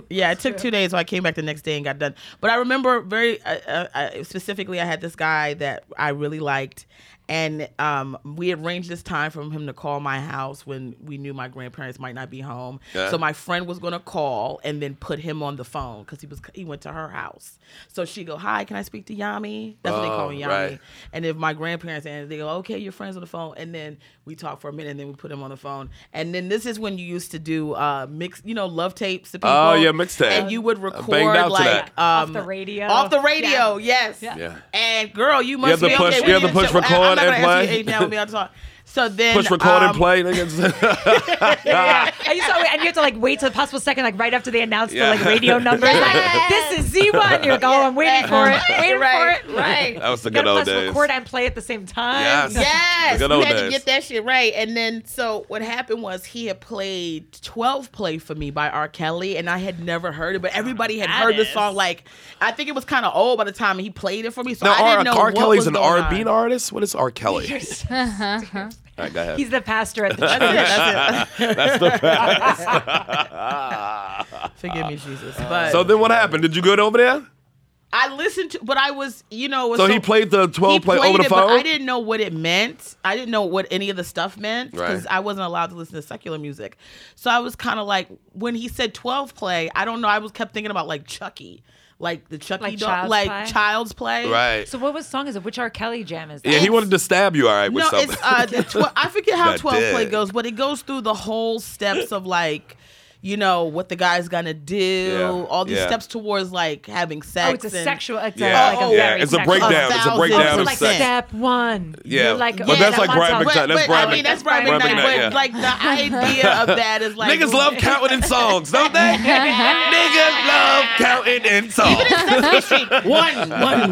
S9: Yeah, it took two days, so I came back the next day and got done. But I remember very uh, uh, uh, specifically, I had this guy that I really liked, And um, we had arranged this time for him to call my house when we knew my grandparents might not be home.
S2: Yeah.
S9: So my friend was gonna call and then put him on the phone because he was he went to her house. So she go, "Hi, can I speak to Yami?" That's what they call
S2: Oh,
S9: me, Yami.
S2: right.
S9: And if my grandparents and they go, okay, your friend's on the phone, and then we talk for a minute, and then we put him on the phone, and then this is when you used to do uh mix, you know, love tapes to people.
S2: Oh, yeah, mixtape.
S9: And you would
S2: I
S9: record
S2: banged out to that.
S9: like um, off
S6: the radio.
S9: Off the radio, yes.
S2: Yeah.
S9: And girl, you must
S2: have to
S9: be
S2: push- you
S9: okay. we
S2: have to
S9: need to-
S2: push
S9: I'm not
S2: record
S9: gonna
S2: and
S9: ask you
S2: play.
S9: your age now, we'll be able to talk. So then
S2: Push record
S9: um,
S2: and play. niggas.
S6: Yeah. I used to, and you have to like wait to the possible second, like right after they announced
S2: Yeah.
S6: the like radio number. Like, this is Z1. You're going, I'm waiting for it, waiting
S9: Right,
S6: for it. Right.
S2: That was the
S6: You gotta
S2: good old
S6: press
S2: days.
S6: record and play at the same time.
S2: Yes.
S9: Yes,
S2: The good
S9: we
S2: old
S9: had to
S2: days.
S9: get that shit right. And then, so what happened was he had played 12 Play for Me by R. Kelly, and I had never heard it, but everybody had heard the song. Like, I think it was kind of old by the time he played it for me. So
S2: Now,
S9: I
S2: R.
S9: didn't know
S2: R.
S9: what
S2: Kelly's
S9: was
S2: an
S9: going
S2: R&B
S9: on.
S2: artist. What is R. Kelly? All right, go ahead.
S6: He's the pastor at the
S9: That's it,
S6: church.
S9: that's it. Forgive me, Jesus. But
S2: so then, what happened? Did you go over there?
S9: I listened to, but I was, you know, it was
S2: So he played the 12
S9: he
S2: play over the
S9: played it, but
S2: phone?
S9: I didn't know what it meant. I didn't know what any of the stuff meant because
S2: Right.
S9: I wasn't allowed to listen to secular music. So I was kind of like, when he said 12 play, I don't know. I was kept thinking about like Chucky, like the Chucky
S6: Like
S9: doll,
S6: Child's
S9: like
S6: Play?
S9: Child's Play.
S2: Right.
S6: So what was song is it? Which R. Kelly jam is that?
S2: yeah, he wanted to stab you. All right, with
S9: No,
S2: something.
S9: it's uh, the tw- I forget how
S2: That
S9: 12 play
S2: dick.
S9: goes, but it goes through the whole steps of like, you know, what the guy's gonna do,
S2: Yeah,
S9: all these
S2: yeah.
S9: steps towards like having sex.
S6: Oh, it's a
S9: and-
S6: sexual. It's
S2: yeah,
S6: a, like
S9: oh,
S2: yeah.
S6: a very
S2: It's a
S6: sexual-
S2: breakdown. It's a
S9: thousand
S6: Oh,
S2: breakdown
S6: so
S2: of
S6: like
S9: percent.
S2: sex.
S6: step one.
S2: Yeah.
S6: You're like,
S2: But
S6: yeah,
S2: that's
S6: that
S2: like
S6: one
S2: Brian
S6: song.
S2: McKnight. That's
S9: but, I
S2: Brian
S9: mean, that's
S6: Mc-
S9: Brian
S6: Brian
S9: McKnight.
S2: McKnight,
S9: But
S2: yeah.
S9: like the idea of that is like
S2: Niggas love counting in songs, don't they? Niggas love counting in songs.
S9: one, one,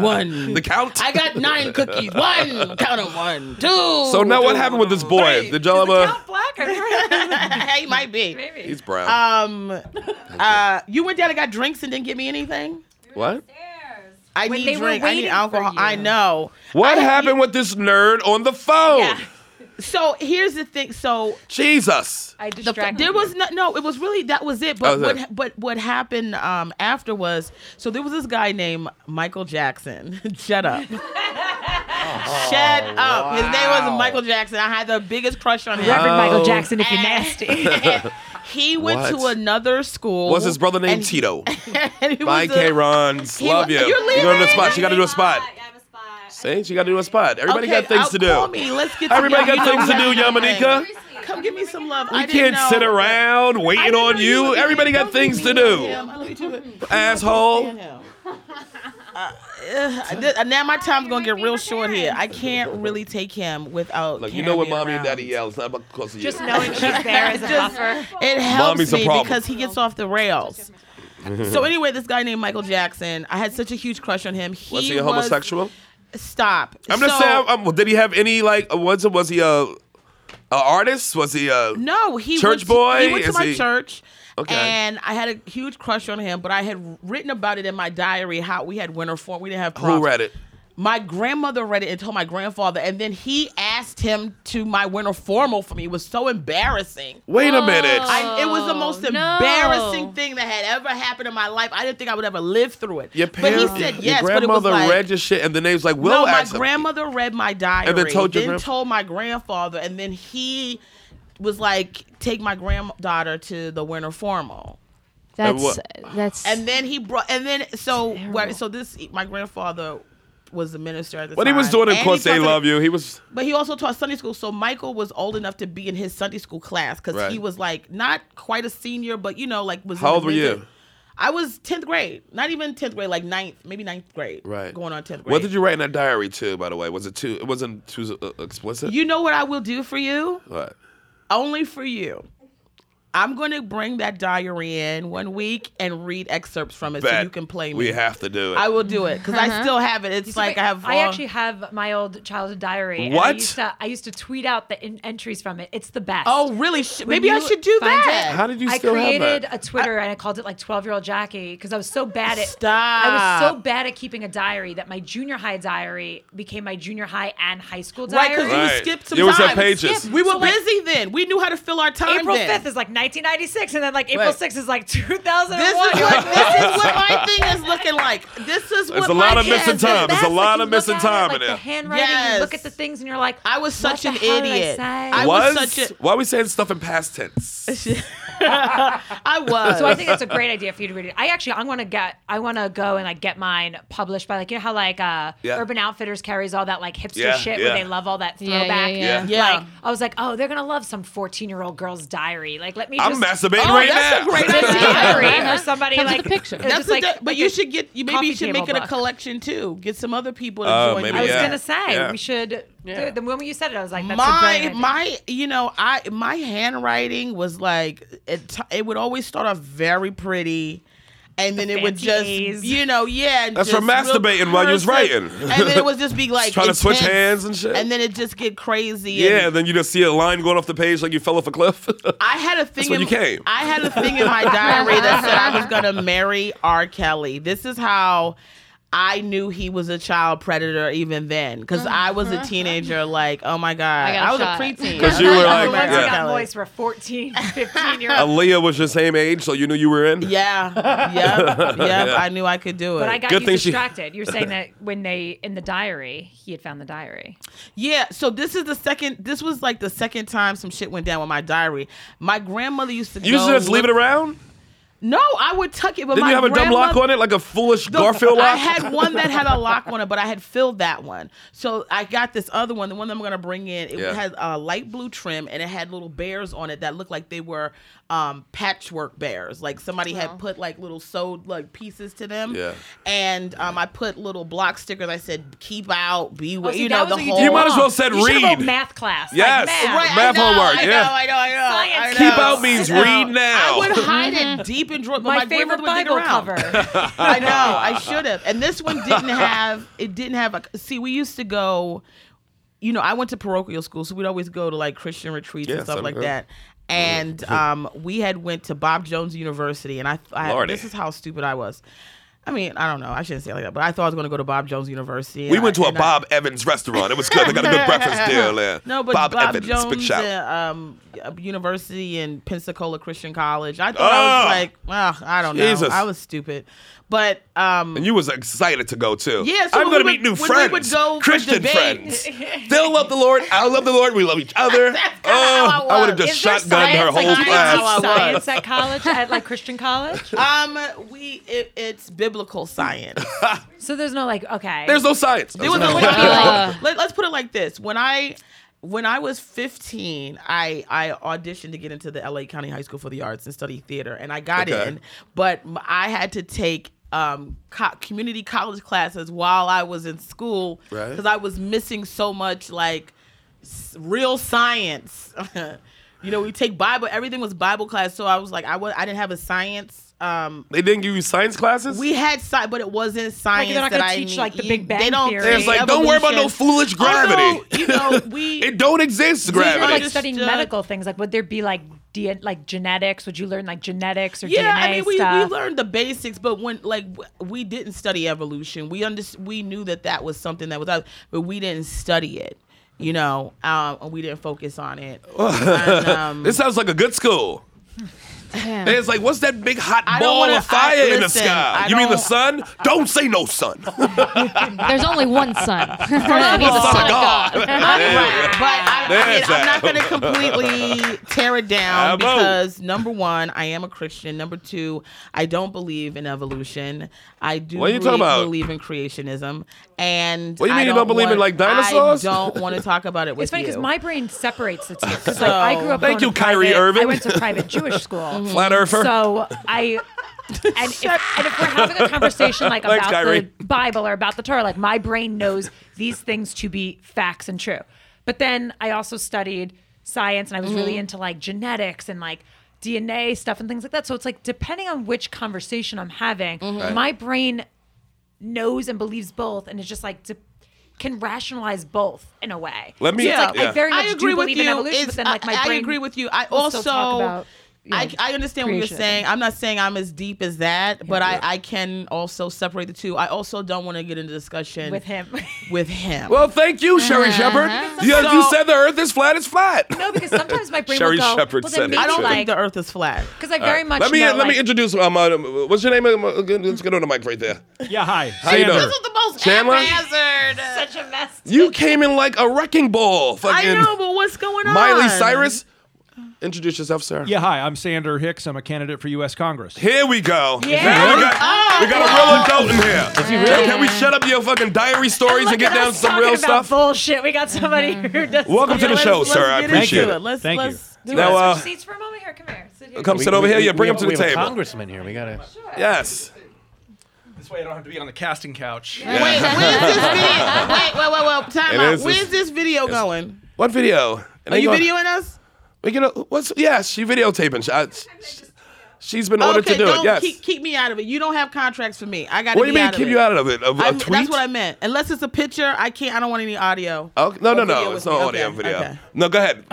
S9: one.
S2: the count.
S9: I got nine cookies. One, count them. One, two.
S2: So now what happened with this boy? Did y'all ever?
S6: Black or
S9: he might be.
S2: He's brown.
S9: Um, uh, you went down and got drinks and didn't give me anything.
S2: what?
S9: I
S6: When
S9: need
S6: they were
S9: drink. I need
S6: waiting for
S9: alcohol.
S6: you.
S9: I know.
S2: What
S9: I-
S2: happened with this nerd on the phone?
S9: So here's the thing. So
S2: Jesus.
S6: I distracted.
S9: There
S6: you.
S9: was no, no. It was really that was it. But
S2: That was
S9: what,
S2: it.
S9: but what happened um, after was so there was this guy named Michael Jackson. Shut up. Shut
S2: Oh,
S9: up. His name was Michael Jackson. I had the biggest crush on him.
S6: Reverend
S2: Oh.
S6: Michael Jackson, if you're nasty.
S9: He went
S2: What?
S9: to another school.
S2: Was his brother named
S9: Oh, and he-
S2: Tito?
S9: and he was
S2: Bye,
S9: a-
S2: K. Rons.
S9: he
S2: Love
S9: wa-
S2: you.
S9: you're
S2: you going to the
S9: leaving?
S2: spot. She got to do a spot.
S8: I have a spot.
S2: See, she got to do a spot. Everybody
S9: Okay,
S2: got things
S9: I'll
S2: to do.
S9: Call me. Let's get. to
S2: Everybody
S9: y'all.
S2: got
S9: You know
S2: things to do,
S9: what?
S2: Yamanika.
S9: Come give me some love.
S2: We can't sit around waiting on you. Everybody got things to
S9: Oh,
S2: do. Asshole.
S9: Uh, now my time's gonna get real short here. I can't really take him without.
S2: Look, you
S9: Karen
S2: know what
S9: being
S2: mommy and
S9: around.
S2: daddy yell. It's not about because of you.
S6: Just knowing she's there is a buffer.
S9: It helps
S2: Mommy's a
S9: me
S2: problem.
S9: because he gets off the rails. so anyway, this guy named Michael Jackson. I had such a huge crush on him. He
S2: Was he a
S9: was-
S2: homosexual?
S9: stop.
S2: I'm just
S9: So-
S2: saying. I'm, I'm- did he have any like? uh, Was was he a, a artist? Was he a?
S9: No, he
S2: Church
S9: went to-
S2: boy?
S9: He went to
S2: Is
S9: my
S2: he-
S9: church.
S2: Okay.
S9: And I had a huge crush on him, but I had written about it in my diary how we had winter form. We didn't have props.
S2: Who read it?
S9: My grandmother read it and told my grandfather, and then he asked him to my winter formal for me. It was so embarrassing.
S2: Wait a minute.
S9: Uh, I, it was the most
S5: Oh, no.
S9: embarrassing thing that had ever happened in my life. I didn't think I would ever live through it.
S2: your parents,
S9: but he said
S2: your
S9: yes, but it was
S2: grandmother
S9: like,
S2: read your shit, and the name's like Will.
S9: no, my
S2: asked him.
S9: grandmother read my diary.
S2: And then told your grand-
S9: told my grandfather, and then he was like, "Take my granddaughter to the winter formal."
S2: And
S5: That's that's
S9: And then he brought, and then so
S5: Terrible.
S9: where, so this my grandfather was the minister at the
S2: What he
S9: time.
S2: was doing, of
S9: and
S2: course,
S9: he
S2: they
S9: taught-
S2: love you. He was
S9: But he also taught Sunday school, so Michael was old enough to be in his Sunday school class because
S2: Right.
S9: he was like not quite a senior, but you know, like was. in
S2: How
S9: the
S2: old were you?
S9: mid- I was tenth grade, not even tenth grade, like ninth, maybe ninth grade,
S2: right.
S9: Going on tenth grade.
S2: What did you write in that diary too? By the way, was it too? It wasn't too uh, explicit.
S9: You know what I will do for you?
S2: What?
S9: only for you. I'm going to bring that diary in one week and read excerpts from it so
S2: Bet.
S9: you can play me.
S2: We have to do it.
S9: I will do it because
S6: Uh-huh.
S9: I still have it. It's like I have. um,
S6: I
S9: all-
S6: actually have my old childhood diary. and I
S2: What?
S6: used, to, I used to tweet out the in- entries from it. It's the best.
S9: Oh, really? Sh-
S6: When
S9: Maybe I
S6: you
S9: should do
S6: find
S9: that.
S6: it-
S2: How did you
S6: I
S2: still have
S6: created
S2: that?
S6: a Twitter and I called it like 12 year old Jackie because I was so bad at I was
S9: Stop.
S6: so bad at keeping a diary that my junior high diary became my junior high and high school
S9: Right,
S6: diary.
S9: because you
S2: Right.
S9: skipped some
S2: There was some
S9: time.
S2: pages.
S9: We were busy then. We knew how to fill our time.
S6: April
S9: then.
S6: 5th is like 1996, and then like April
S9: Wait.
S6: 6th is like
S9: This
S6: 2001.
S9: is what this is what my thing is looking like. This is
S2: There's
S9: what
S2: a
S9: my
S2: lot of missing
S9: kids-
S2: time. There's a lot
S6: That's like
S2: of
S6: you look
S2: missing
S6: at it,
S2: time
S6: like
S2: in
S6: the
S2: there.
S6: handwriting.
S9: Yes.
S6: You look at the things, and you're like,
S9: I was
S6: what
S9: such
S6: the
S9: an
S6: hell did I
S9: idiot.
S6: say?
S9: I was
S2: Was
S9: such a-
S2: why are we saying stuff in past tense?
S9: I was.
S6: So I think that's a great idea for you to read it. I actually I want to get I want to go and like get mine published by like you know how like uh
S2: Yeah.
S6: Urban Outfitters carries all that like hipster
S2: Yeah,
S6: shit
S2: yeah.
S6: where they love all that
S5: Yeah, yeah,
S6: throwback.
S5: yeah.
S9: Yeah.
S6: Like I was like, oh, they're gonna love some 14 year old girl's diary. Like let me
S2: I'm
S6: just
S2: masturbating
S9: Oh,
S2: right
S9: that's
S2: now.
S9: a great
S6: Just
S9: idea.
S6: diary or somebody
S5: Comes
S6: like
S5: with a picture.
S6: it's
S9: That's
S6: just
S9: a
S6: like-
S9: de- but you should get you maybe
S6: coffee
S9: you should make
S6: table
S9: it a
S6: book.
S9: collection too. Get some other people to
S2: Oh,
S9: join.
S2: maybe,
S9: you.
S6: I was
S2: Yeah.
S6: gonna say
S2: Yeah.
S6: we should.
S7: Yeah.
S6: The, the moment you said it, I was like, that's a
S9: my
S6: great
S9: my you know I my handwriting was like it t- it would always start off very pretty. And then it would
S6: fancy A's.
S9: just, you know, yeah.
S2: That's
S9: just
S2: from
S9: real
S2: masturbating while you was
S9: cursive.
S2: writing.
S9: And then it would just be like
S2: trying to switch
S9: intense.
S2: hands and shit.
S9: And then it just get crazy.
S2: Yeah,
S9: and
S2: and then you just see a line going off the page like you fell off a cliff.
S9: I had a thing.
S2: when
S9: in,
S2: you came.
S9: I had a thing in my diary that said I was gonna marry R. Kelly. This is how I knew he was a child predator even then, because I was a teenager. Like, oh my god,
S5: I
S9: I,
S5: got
S9: was
S5: shot.
S9: a preteen.
S2: 'Cause you were
S9: I
S2: like,
S9: was like,
S6: Once
S9: R.
S6: I
S2: yeah.
S6: got
S9: Kelly.
S6: boys were 14, 15 year old.
S2: Aaliyah was your same age, so you knew you were in.
S9: Yeah, yep, yep. I knew I could do it.
S6: But I got
S2: Good
S6: you
S2: thing she-
S6: distracted. You're saying that when they in the diary, he had found the diary.
S9: yeah. So this is the second. This was like the second time some shit went down with my diary. My grandmother used to.
S2: You used
S9: go
S2: to just leave it
S9: look-
S2: around.
S9: No, I would tuck it. But
S2: Didn't
S9: my
S2: you have a dumb lock
S9: grandmother-
S2: on it, like a foolish
S9: the-
S2: Garfield lock?
S9: I had one that had a lock on it, but I had filled that one. So I got this other one, the one that I'm gonna bring in. It
S2: Yeah.
S9: had a light blue trim and it had little bears on it that looked like they were um, patchwork bears. Like somebody
S6: Oh.
S9: had put like little sewed like pieces to them.
S2: Yeah.
S9: And um, I put little block stickers. I said, "Keep out, beware."
S6: Oh, see,
S9: you
S6: that
S9: know
S6: was
S9: the
S6: what
S9: whole.
S6: did
S2: You might as
S6: wrong.
S2: well said
S6: You should've
S2: read.
S6: wrote math class. like
S2: Yes.
S6: math.
S9: Right,
S2: Math
S9: I know,
S2: homework,
S9: I
S2: yeah.
S9: know, I know, I know. I
S6: Science.
S9: know.
S2: Keep out means read now.
S9: I would hide it deep in drawers. but
S6: My,
S9: my
S6: favorite
S9: grandmother would dig
S6: Bible
S9: around.
S6: cover.
S9: I know. I should have. And this one didn't have. It didn't have. A, see, we used to go. You know, I went to parochial school, so we'd always go to like Christian retreats
S2: Yeah,
S9: and stuff
S2: sounds
S9: like
S2: good.
S9: that. And um, we had went to Bob Jones University, and I, I
S2: Lordy.
S9: this is how stupid I was. I mean, I don't know. I shouldn't say it like that, but I thought I was going to go to Bob Jones University. and
S2: we
S9: I-
S2: went to a
S9: and I-
S2: Bob Evans restaurant. It was good. They got a good breakfast deal there.
S9: no, but
S2: Bob,
S9: Bob,
S2: Evans,
S9: Jones
S2: big shout.
S9: uh, um, University in Pensacola Christian College. I thought
S2: Oh.
S9: I was like, oh, I don't
S2: Jesus.
S9: know. I was stupid, but um,
S2: and you was excited to go too.
S9: Yeah, so
S2: I'm
S9: when
S2: gonna
S9: we
S2: meet
S9: would-
S2: new
S9: when we
S2: friends,
S9: would go for
S2: Christian
S9: debate-
S2: friends. They'll love the Lord. I love the Lord. We love each other.
S9: That's kinda
S2: oh,
S9: how I
S2: would have
S9: was.
S2: just
S6: Is there
S2: shotgunned her
S6: science? Like,
S2: whole
S6: do you
S2: class.
S9: that's how I
S6: teach
S9: was.
S6: science at college at like Christian college?
S9: Um, we it, it's biblical science.
S6: So there's no like okay.
S2: There's no science.
S9: It was a-
S2: That's
S5: Uh.
S9: let, us put it like this: when I when I was 15, I I auditioned to get into the LA County High School for the Arts and study theater, and I got
S2: Okay.
S9: in, but m- I had to take um co- community college classes while I was in school
S2: Right.
S9: because I was missing so much like s- real science. you know, we take Bible. Everything was Bible class, so I was like, I w- I didn't have a science. Um,
S2: They didn't give you science classes.
S9: we had sci but it wasn't science
S6: not
S9: that
S6: gonna
S9: I
S6: teach,
S9: need.
S6: like, the
S9: You-
S6: Big Bang
S9: they don't
S6: Theory.
S9: teach
S2: It's like, don't worry about no
S9: evolution.
S2: foolish gravity.
S9: Oh, no, you know, we
S2: it don't exist
S6: If
S2: gravity.
S6: you're like
S9: Understood.
S6: studying medical things, like would there be like D- like genetics? Would you learn like genetics or
S9: yeah,
S6: DNA
S9: I mean, we, we
S6: stuff?
S9: learned the basics, but when like w- we didn't study evolution, we under we knew that that was something that was out, but we didn't study it, you know, um, and we didn't focus on it. And, um,
S2: This sounds like a good school. And it's like, what's that big hot
S9: I don't
S2: ball
S9: wanna-
S2: of fire
S9: I-
S2: in the
S9: listen,
S2: sky?
S9: I
S2: you mean the
S9: don't-
S2: sun? don't say no sun.
S5: There's only one son. He's the
S2: Son
S5: son
S2: of
S5: of
S2: God.
S9: Right, but I, I mean,
S2: There's
S9: I'm not going to
S2: that.
S9: completely tear it down
S2: I'm out.
S9: because number one, I am a Christian. Number two, I don't believe in evolution. I do
S2: What are you
S9: really
S2: talking about?
S9: believe in creationism. And
S2: What do you
S9: I
S2: mean you don't believe in,
S9: want-
S2: like, dinosaurs?
S9: I don't want to talk about it with
S6: It's funny because
S9: you.
S6: my brain separates the two. 'Cause, like, I grew up.
S2: Thank
S6: going to
S2: you, Kyrie
S6: private-
S2: Irving.
S6: I went to private Jewish school.
S2: Flat earther.
S6: So I. And if, and if we're having a conversation like
S2: Thanks,
S6: about
S2: Kyrie.
S6: the Bible or about the Torah, like my brain knows these things to be facts and true. But then I also studied science and I was really
S2: Mm.
S6: into like genetics and like DNA stuff and things like that. So it's like depending on which conversation I'm having,
S2: Mm-hmm.
S6: my brain knows and believes both and is just like de- can rationalize both in a way.
S2: Let me-
S6: So it's
S2: Yeah.
S6: like
S2: Yeah.
S6: I very much
S9: I agree
S6: do
S9: with
S6: believe
S9: you.
S6: in evolution,
S9: It's-
S6: but then like my
S9: I,
S6: brain
S9: I agree with you. I
S6: will
S9: also
S6: still talk about
S9: I, I understand what you're
S6: creation.
S9: saying. I'm not saying I'm as deep as that, but I, I can also separate the two. I also don't want to get into discussion
S6: with him.
S9: With him.
S2: Well, thank you, Sherry Shepard. You, you
S9: So-
S2: said the Earth is flat. It's flat.
S6: no, because sometimes my brain
S2: Sherry
S6: will go.
S2: Shepherd
S6: well,
S2: said it.
S6: then maybe
S9: I don't
S6: like
S9: think the Earth is flat.
S6: because I very much
S2: Let me
S6: know,
S2: let
S6: like,
S2: me introduce. Um, uh, what's your name? Um, uh, Let's get on the mic right there.
S10: Yeah, hi.
S2: How you doing?
S9: the most
S2: Chandler?
S9: haphazard.
S2: You came in like a wrecking ball. Fucking
S9: I know, but what's going on?
S2: Miley Cyrus. Introduce yourself, sir.
S10: Yeah, hi. I'm Sander Hicks. I'm a candidate for U.S. Congress.
S2: Here we go.
S6: Yeah.
S2: Now we, got, we got a real adult in here. Now, Can we shut up your fucking diary stories and
S6: look
S2: get
S6: at
S2: down to
S6: us
S2: some
S6: talking
S2: real
S6: about
S2: stuff?
S6: Bullshit. We got somebody
S9: Mm-hmm.
S6: who does.
S2: Welcome to the
S9: Let's-
S2: show,
S9: let's
S2: sir. I
S9: get
S2: appreciate
S9: into
S2: it.
S9: Let's
S10: Thank you.
S9: let's do
S2: Now,
S9: it.
S2: uh,
S6: seats for a moment here. Come here. Sit here.
S2: come sit over here. Yeah, bring him to the
S7: we have A
S2: table.
S7: congressman here. We got to.
S2: Yes.
S10: This way I don't have to be on the casting couch.
S9: wait, where's this video? Wait, wait, wait, wait. Time
S2: It
S9: out.
S2: is-
S9: Where's this video going?
S2: What video? And
S9: Are
S2: then
S9: you
S2: go-
S9: videoing us?
S2: We can. What's? Yeah, she videotaping. She, I, she, has been ordered
S9: okay,
S2: to do
S9: don't
S2: it. Yes.
S9: keep, keep me out of it. You don't have contracts for me. I got to
S2: what do
S9: be
S2: you mean?
S9: out of
S2: Keep
S9: it.
S2: you out of it? Of
S9: I-
S2: a tweet?
S9: That's what I meant. Unless it's a picture, I can't. I don't want any audio.
S2: Okay. No, no,
S9: Or video
S2: no.
S9: with
S2: It's
S9: me.
S2: not
S9: Okay,
S2: audio and video.
S9: okay.
S2: No, go ahead.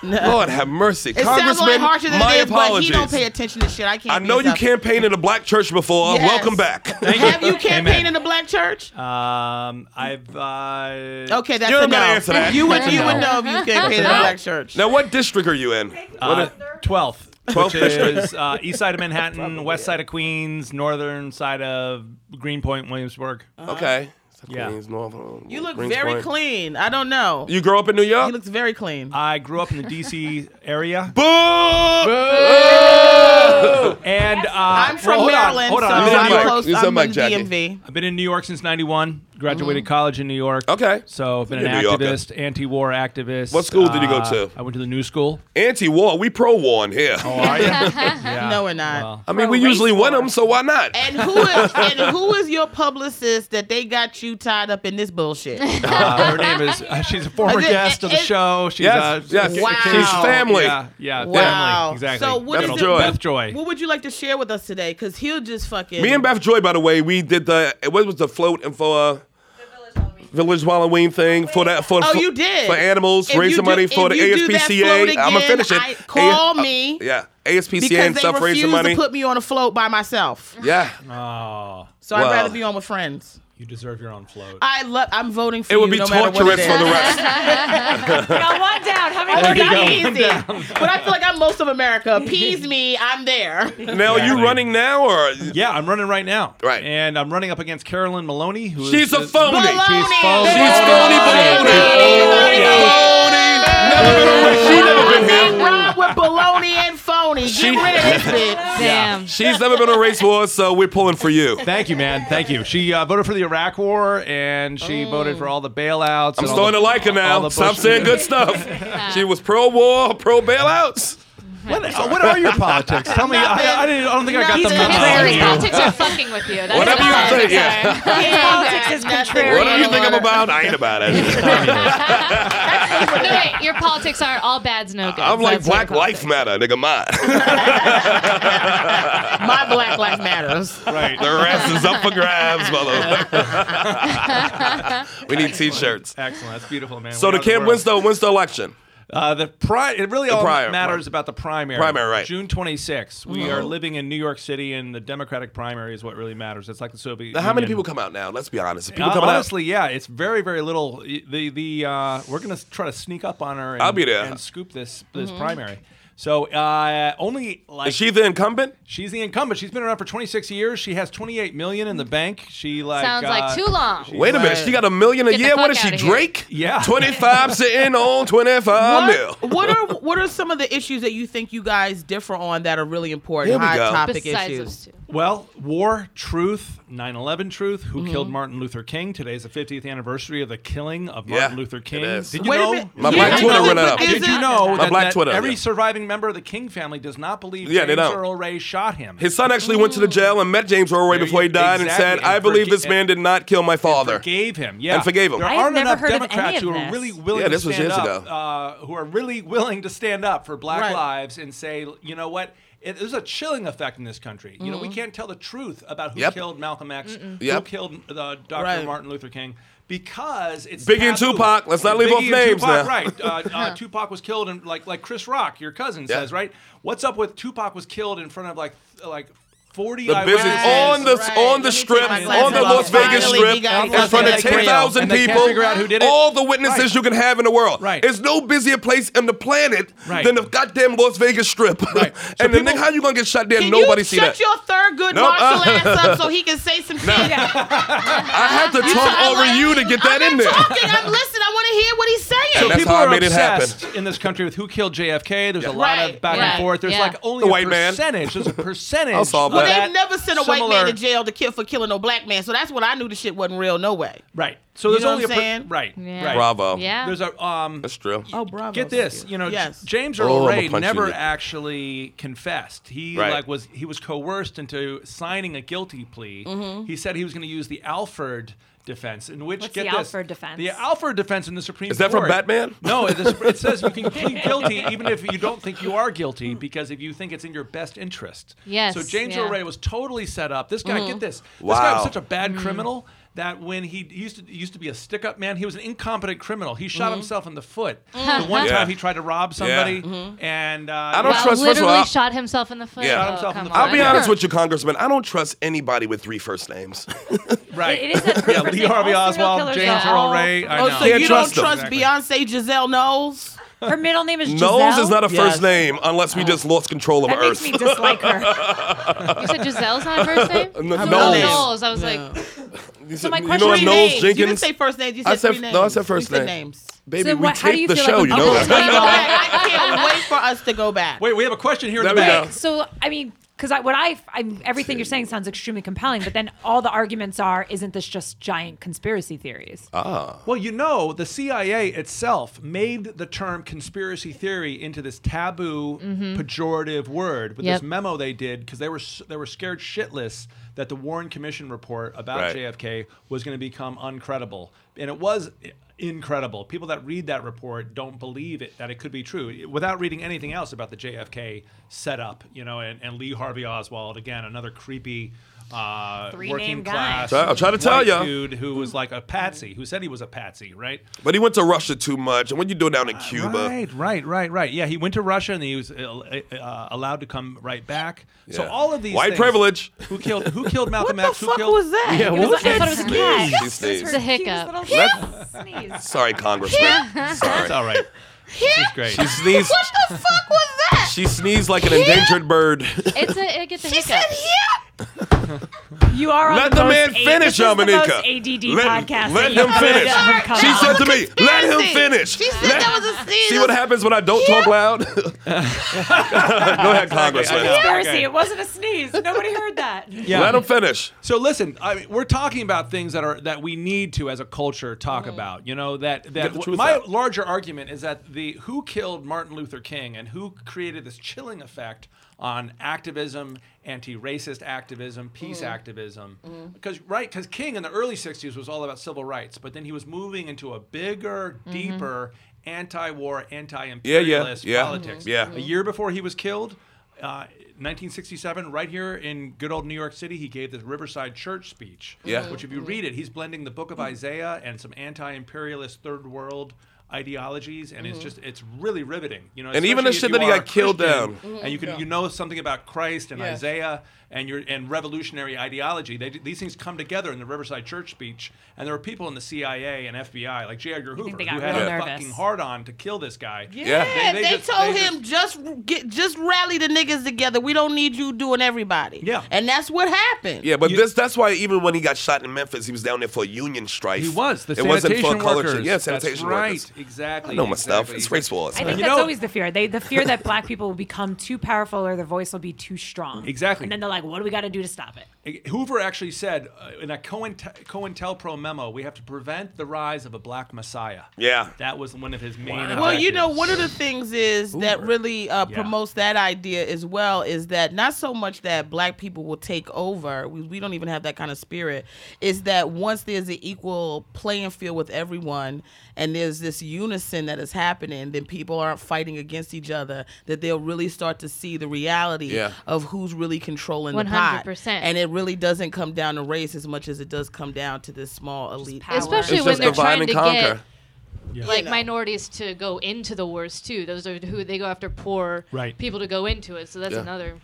S2: Lord have mercy,
S9: It sounds a
S2: Congressman.
S9: lot harsher than
S2: my
S9: it is, but
S2: apologies.
S9: he don't pay attention to shit. I can't.
S2: I
S9: be
S2: know you
S9: his advocate.
S2: campaigned in a black church before.
S9: Yes.
S2: Welcome back.
S9: Have you campaigned in the black church?
S10: Um, I've. Uh,
S9: Okay, that's
S2: You're
S9: a
S2: not gonna
S9: no.
S2: answer that.
S9: You would you would know if you campaigned in the black church.
S2: now, what district are you in?
S10: uh, 12th.
S2: 12th
S10: Which is uh, east side of Manhattan, west side of Queens, northern side of Greenpoint, Williamsburg.
S2: Uh-huh. Okay.
S10: Yeah.
S2: Queens, North-
S9: You look
S2: Queens
S9: very
S2: Point.
S9: clean. I don't know.
S2: You grew up in New
S9: he
S2: York?
S9: looks very clean.
S10: I grew up in the D.C. area.
S2: Boo!
S10: And uh,
S9: I'm
S10: well,
S9: from
S10: hold on,
S9: Maryland,
S10: hold on.
S9: so
S10: I'm
S2: He's on
S10: in
S9: I'm
S10: New York.
S2: mic.
S9: close.
S2: He's on
S9: I'm
S2: mic,
S9: in
S2: Jackie.
S9: DMV.
S10: I've been in New York since '91. Graduated
S2: Mm.
S10: college in New York.
S2: Okay.
S10: So I've been
S2: You're a
S10: an
S2: New Yorker.
S10: activist, anti-war activist.
S2: What school did you go to?
S10: Uh, I went to the New School. Oh,
S2: Anti-war. We pro-war in here.
S10: Are you? yeah.
S9: No, we're not.
S2: I mean, we usually win them, so why not?
S9: And who is and who is your publicist that they got you tied up in this bullshit?
S10: Uh, her name is. Uh, she's a former
S9: Is it-
S10: guest of the
S9: is-
S10: show. She's uh,
S2: Yes, yes.
S10: a- a-
S9: Wow.
S2: She's family.
S10: Yeah, yeah,
S9: Wow.
S10: family. Exactly.
S9: So what
S2: Beth
S9: is
S2: Joy.
S9: it?
S10: Beth Joy.
S9: What would you like to share with us today? Because he'll just fucking.
S2: Me and Beth Joy, by the way, we did the what was the float and for uh, Village Halloween thing for that for
S9: Oh,
S2: for,
S9: you did.
S2: for animals,
S9: If
S2: raise
S9: you
S2: some
S9: do-
S2: money for
S9: if
S2: the
S9: you do that
S2: ASPCA.
S9: float
S2: I'm gonna
S9: again,
S2: finish it.
S9: I- call
S2: uh,
S9: me.
S2: yeah, ASPCA
S9: because
S2: and
S9: they
S2: stuff raise some
S9: refused
S2: money.
S9: to put me on a float by myself.
S2: yeah,
S9: So
S2: Wow.
S9: I'd rather be on with friends.
S10: Oh. You deserve your own float.
S9: I love. I'm voting for
S2: it
S9: you.
S2: would be
S9: no matter what
S2: torturous
S9: it
S2: for the
S9: is.
S2: rest.
S6: got one down. How many more do you
S9: Not
S6: need?
S9: easy. but I feel like I'm most of America. Appease me. I'm there.
S2: now, are you
S10: Exactly.
S2: running now or?
S10: Yeah, I'm running right now.
S2: Right.
S10: And I'm running up against Carolyn Maloney, who is
S2: She's a
S10: is-
S2: phony.
S10: She's phony.
S9: Baloney.
S2: She's phony, baloney.
S9: Baloney.
S2: Baloney. Never been on. She never been here.
S9: Nothing wrong with baloney and phony. Get
S2: She-
S9: rid of this bitch.
S5: Damn.
S2: She's never been on race wars, so we're pulling for you.
S10: Thank you, man. Thank you. She uh, voted for the Iraq War, and she voted for all the bailouts.
S2: I'm starting to like her
S10: all
S2: now.
S10: the
S2: Stop
S10: Bush-
S2: saying good stuff. She was pro war, pro bailouts.
S10: What, uh, what are your politics? Tell me. I, I, didn't, I don't think I got
S5: He's
S10: them.
S5: con-
S10: numbers on you.
S5: His politics are fucking with you. That's
S2: Whatever you
S5: all.
S2: think, yeah.
S6: Politics is
S9: Nothing
S6: contrarian.
S2: Whatever you think I'm about, I ain't about it.
S5: No, wait, your politics are all bad's no good.
S2: I'm like Black Life Matter, nigga. Mine.
S9: My black life matters.
S10: Right.
S2: the rest is up for grabs, motherfucker. we need T-shirts.
S10: Excellent. That's beautiful, man.
S2: So
S10: We
S2: the
S10: are
S2: Camp
S10: world.
S2: Winslow Winslow election.
S10: Uh, the pri- it really all
S2: prior-
S10: matters
S2: pri-
S10: about the primary.
S2: Primary, right.
S10: June 26th. We are living in New York City, and the Democratic primary is what really matters. It's like the Soviet
S2: Now, how many
S10: Union.
S2: people come out now? Let's be honest. If People
S10: Uh,
S2: coming out.
S10: honestly, yeah, it's very, very little. Y- The the uh, we're gonna s- try to sneak up on her. And,
S2: I'll be there.
S10: and scoop this this
S9: Mm-hmm.
S10: primary. So uh, only like
S2: Is she the incumbent?
S10: she's the incumbent. She's been around for 26 years. She has 28 million in the bank. She like
S5: Sounds
S10: uh,
S5: like too long.
S2: Wait a minute. She got a million a
S5: Get the
S2: year. What
S5: fuck
S2: is she,
S5: outta here.
S2: Drake?
S10: Yeah.
S2: 25 sitting on 25 mil.
S9: What, what are what are some of the issues that you think you guys differ on that are really important?
S2: Here we
S9: high
S2: go.
S9: topic
S5: Besides those
S9: issues.
S5: two.
S10: Well, war, truth, 9 11 truth, who
S9: Mm-hmm.
S10: killed Martin Luther King. Today's the 50th anniversary of the killing of Martin
S2: Yeah,
S10: Luther
S2: it
S10: King.
S2: is.
S10: Did you
S9: Wait a
S10: know?
S9: minute.
S2: My
S9: Yeah,
S2: black
S9: I
S2: Twitter
S9: know,
S2: ran
S9: but
S2: out.
S9: is
S10: Did
S9: it-
S10: you know that,
S2: black
S10: that
S2: Twitter,
S10: every
S2: yeah.
S10: surviving member of the King family does not believe
S2: Yeah, they
S10: James
S2: don't.
S10: Earl Ray shot him?
S2: His son actually went to the jail and met James Earl Ray
S10: There
S2: before he
S10: you-
S2: died and
S10: exactly,
S2: said,
S10: and
S2: I believe
S10: forgi-
S2: this man did not kill my father.
S10: forgave him. Yeah,
S2: And forgave him.
S10: There
S2: I
S6: have
S10: aren't
S6: never
S10: enough
S6: heard of any
S10: Democrats
S6: of
S10: who are
S6: this.
S10: really willing.
S2: Yeah, this
S10: to
S2: was
S10: stand
S2: years
S10: up,
S2: ago.
S10: Uh, who are really willing to stand up for Black
S9: Right.
S10: lives and say, you know what? It, there's a chilling effect in this country. You
S6: Mm-hmm.
S10: know, we can't tell the truth about who
S2: Yep.
S10: killed Malcolm X, who
S2: Yep.
S10: killed uh, Dr.
S9: Right.
S10: Martin Luther King. because it's
S2: Biggie and
S10: taboo.
S2: Tupac. Let's not leave
S10: Biggie
S2: off
S10: and
S2: names
S10: Tupac,
S2: now.
S10: Right, uh, uh, Tupac was killed, and like like Chris Rock, your cousin
S2: Yeah.
S10: says, right? What's up with Tupac was killed in front of like th- like forty
S2: The
S10: eyewitnesses?
S2: business on the
S9: right.
S2: on
S9: Let
S2: the
S9: me
S2: strip,
S9: take my
S2: on the
S9: glasses
S2: Las
S9: off.
S2: Vegas
S9: Finally,
S2: strip,
S9: we got
S2: in
S9: something
S2: front of
S10: that's real.
S2: ten thousand
S10: And they
S2: people.
S10: can't figure out who did it.
S2: All the witnesses
S10: Right.
S2: you can have in the world.
S10: Right.
S2: There's no busier place on the planet
S10: Right.
S2: than the goddamn Las Vegas strip.
S10: Right. So
S2: and then
S10: people-
S2: how you gonna get shot there?
S9: Can
S2: and Nobody
S9: you
S2: see
S9: shut
S2: that.
S9: your third good
S2: Nope.
S9: martial ass up so he can say some shit?
S2: I had to talk
S9: I
S2: over
S9: like
S2: you to get that
S9: I'm
S2: in
S9: not
S2: there.
S9: Talking, I'm listening. I want to hear what he's saying.
S2: So- That's
S10: people
S2: how I
S10: are
S2: made it happen.
S10: obsessed in this country with who killed JFK. There's a lot
S9: Right,
S10: of back
S5: yeah,
S10: and forth. There's
S5: yeah.
S10: like oh, only
S2: The
S10: a
S2: white man.
S10: percentage. There's a percentage.
S2: I'll solve
S10: of
S2: that.
S9: They've never sent a white man
S10: similar-
S9: to jail to kill for killing no black man, so that's what I knew the shit wasn't real, no way.
S10: Right. So
S9: You
S10: there's
S9: know
S10: only
S9: what I'm
S10: a per-
S9: saying?
S10: right.
S5: Yeah.
S10: Right.
S2: Bravo.
S5: Yeah.
S10: There's a um.
S2: That's true.
S9: Oh, bravo.
S10: Get this, you know,
S9: Yes.
S10: James
S2: Oh,
S10: Earl
S2: I'ma
S10: Ray
S2: punch you in
S10: never
S2: the-
S10: actually confessed. He
S2: Right.
S10: like was he was coerced into signing a guilty plea. He said he was going to use the Alford defense, in which
S6: Mm-hmm. What's
S10: get
S6: the
S10: this,
S6: Alford defense?
S10: the Alford defense in the Supreme
S2: Is that from
S10: Court-
S2: Batman?
S10: No, it, is- it says you can plead guilty even if you don't think you are guilty because if you think it's in your best interest.
S5: Yes,
S10: So James
S5: yeah.
S10: Earl Ray was totally set up. This guy, get this, this guy
S2: Wow.
S10: was such a bad criminal that when he he used to he used to be a stick up man, he was an incompetent criminal. He shot himself in the foot. The one
S2: Yeah.
S10: time he tried to rob somebody,
S6: Mm-hmm.
S10: and uh, I
S2: don't
S5: Wow,
S2: trust- first of all,
S5: literally
S2: I-
S5: shot himself in the foot.
S2: Yeah.
S5: Oh,
S2: Shot
S10: himself in
S5: come
S10: the foot.
S5: on.
S2: I'll be honest with you, Congressman. I don't trust anybody with three first names.
S10: Right?
S6: It is that
S10: yeah,
S6: perfect
S10: Lee
S6: thing.
S10: Harvey
S6: All serial
S10: Oswald,
S6: killers
S10: James
S6: are
S10: Earl
S6: all-
S10: Ray. I
S9: Oh,
S10: know.
S9: so you
S2: trust them.
S9: don't trust Beyonce Giselle Knowles?
S6: Her middle name is Giselle.
S2: Knowles is not a first
S9: Yes.
S2: name unless we just lost control of
S6: Uh-huh. That
S2: Earth.
S6: makes me dislike her.
S5: You said Giselle's not her first name?
S2: No,
S5: Knows.
S2: Knowles.
S5: I was like,
S2: You said-
S6: my
S2: you
S6: question
S2: know what
S6: is-
S2: Knowles
S9: names. You didn't
S2: Jenkins?
S9: say first names. You said
S2: I said-
S9: three names.
S2: no, I said first
S9: you said
S2: name.
S9: names.
S2: Baby,
S6: So
S2: we
S6: what- how do
S2: taped
S6: you
S2: the
S6: feel like
S2: show,
S6: a
S2: you know
S6: public
S2: that.
S9: You know, I, I can't wait for us to go back.
S10: Wait, we have a question here.
S2: There
S10: in
S2: we
S10: the
S2: go.
S10: back.
S6: So I mean, because I, what I, I'm, everything you're saying sounds extremely compelling, but then all the arguments are, isn't this just giant conspiracy theories?
S2: Uh,
S10: Well, you know, the CIA itself made the term conspiracy theory into this taboo, pejorative word with
S5: Yep.
S10: this memo they did because they were s- they were scared shitless that the Warren Commission report about
S2: Right.
S10: JFK was going to become uncredible, and it was i- incredible. People that read that report don't believe it that it could be true without reading anything else about the JFK setup, you know, and, and Lee Harvey Oswald again, another creepy. Uh,
S6: Three-name
S10: working
S6: guy.
S10: class.
S2: Try- I'm trying to tell
S10: white
S2: ya.
S10: dude who was like a patsy, who said he was a patsy, right?
S2: But he went to Russia too much. And what you do down in Cuba?
S10: Right, right, right, right. Yeah, he went to Russia and he was uh, uh, allowed to come right back. So
S2: Yeah.
S10: all of these
S2: white
S10: things-
S2: privilege.
S10: Who killed? Who killed Malcolm
S9: what the
S10: X? Who
S9: fuck
S10: killed?
S9: was that?
S7: Yeah, what was
S6: I thought
S7: that?
S6: it was a cat.
S2: She sneezed.
S5: It's a hiccup.
S6: Let's sneeze.
S2: Sorry, Congressman.
S10: That's
S2: Sorry.
S10: all right. This is great.
S2: She sneezed.
S9: What the fuck was that?
S2: She sneezed like an endangered bird.
S5: it's a, it gets a
S9: She said,
S5: hiccup.
S9: yeah.
S6: You are on
S2: Let
S6: the,
S2: the man
S6: most a-
S2: finish,
S6: this is the most
S2: Dominica.
S6: ADD
S2: Let- let
S6: podcast. that you've
S2: him
S6: ever
S2: finish.
S6: done, Colin.
S2: She said to me, "Let him
S9: Conspiracy.
S2: finish."
S9: She said
S2: Let-
S9: that was a sneeze.
S2: See what happens when I don't talk loud? Go ahead, Congressman.
S10: know.
S6: Conspiracy.
S10: Okay.
S6: It wasn't a sneeze. Nobody heard that.
S10: Yeah.
S2: Let him finish.
S10: So listen, I mean, we're talking about things that are that we need to, as a culture, talk about. You know that that
S2: the truth
S10: my
S2: out.
S10: larger argument is that the who killed Martin Luther King and who created this chilling effect on activism, anti-racist activism, peace activism, because right, because King in the early '60s was all about civil rights, but then he was moving into a bigger, deeper anti-war, anti-imperialist
S2: yeah,
S10: politics. Mm-hmm.
S2: yeah.
S10: A year before he was killed, uh, 1967, right here in good old New York City, he gave the Riverside Church speech.
S2: Yeah.
S10: Which, if you read it, he's blending the Book of Isaiah and some anti-imperialist third world ideologies, and it's just it's really riveting. You know,
S2: Mm-hmm. And even the
S10: especially
S2: shit
S10: if
S2: that
S10: you
S2: he
S10: are a
S2: got killed
S10: Christian
S2: down. Mm-hmm.
S10: and you can you know something about Christ and Isaiah and your and revolutionary ideology. They, these things come together in the Riverside Church speech, and there were people in the CIA and FBI like J. Edgar Hoover
S6: they
S10: who
S6: got
S10: had
S6: real
S10: a
S6: nervous.
S10: fucking hard on to kill this guy.
S2: Yeah.
S9: Yeah,
S10: They-
S9: they,
S10: they just-
S9: told
S10: they
S9: him just get just rally the niggas together. We don't need you doing everybody.
S10: Yeah.
S9: and that's what happened.
S2: Yeah, but this that's why even when he got shot in Memphis, he was down there for a union strife.
S10: He was the
S2: it wasn't for
S10: sanitation
S2: color
S10: workers.
S2: change. Yeah,
S10: That's
S2: sanitation
S10: right.
S2: workers.
S10: Exactly.
S2: I know my stuff.
S10: exactly.
S2: It's race wars.
S6: I think
S10: You
S6: that's
S10: know-
S6: always the fear. They the fear that black people will become too powerful or their voice will be too strong.
S10: Exactly.
S6: And then they're like, "What do we got to do to stop it?"
S10: Hoover actually said uh, in a Coin COINTELPRO memo, we have to prevent the rise of a black messiah.
S2: Yeah.
S10: That was one of his main.
S9: Well, you know,
S10: objectives.
S9: one of the things is that really uh,
S10: Yeah.
S9: promotes that idea as well is that not so much that black people will take over. We, we don't even have that kind of spirit. Is that once there's an equal playing field with everyone and there's this unison that is happening, then people aren't fighting against each other, that they'll really start to see the reality
S2: Yeah.
S9: of who's really controlling the pot.
S5: 100%.
S9: And it really doesn't come down to race as much as it does come down to this small elite.
S8: power.
S5: Especially
S2: It's
S5: when
S2: just
S5: they're
S2: divide
S5: trying
S2: and
S5: to
S2: conquer.
S5: get like minorities to go into the wars too. Those are who they go after poor
S10: Right.
S5: people to go into it. So that's
S2: Yeah.
S5: another.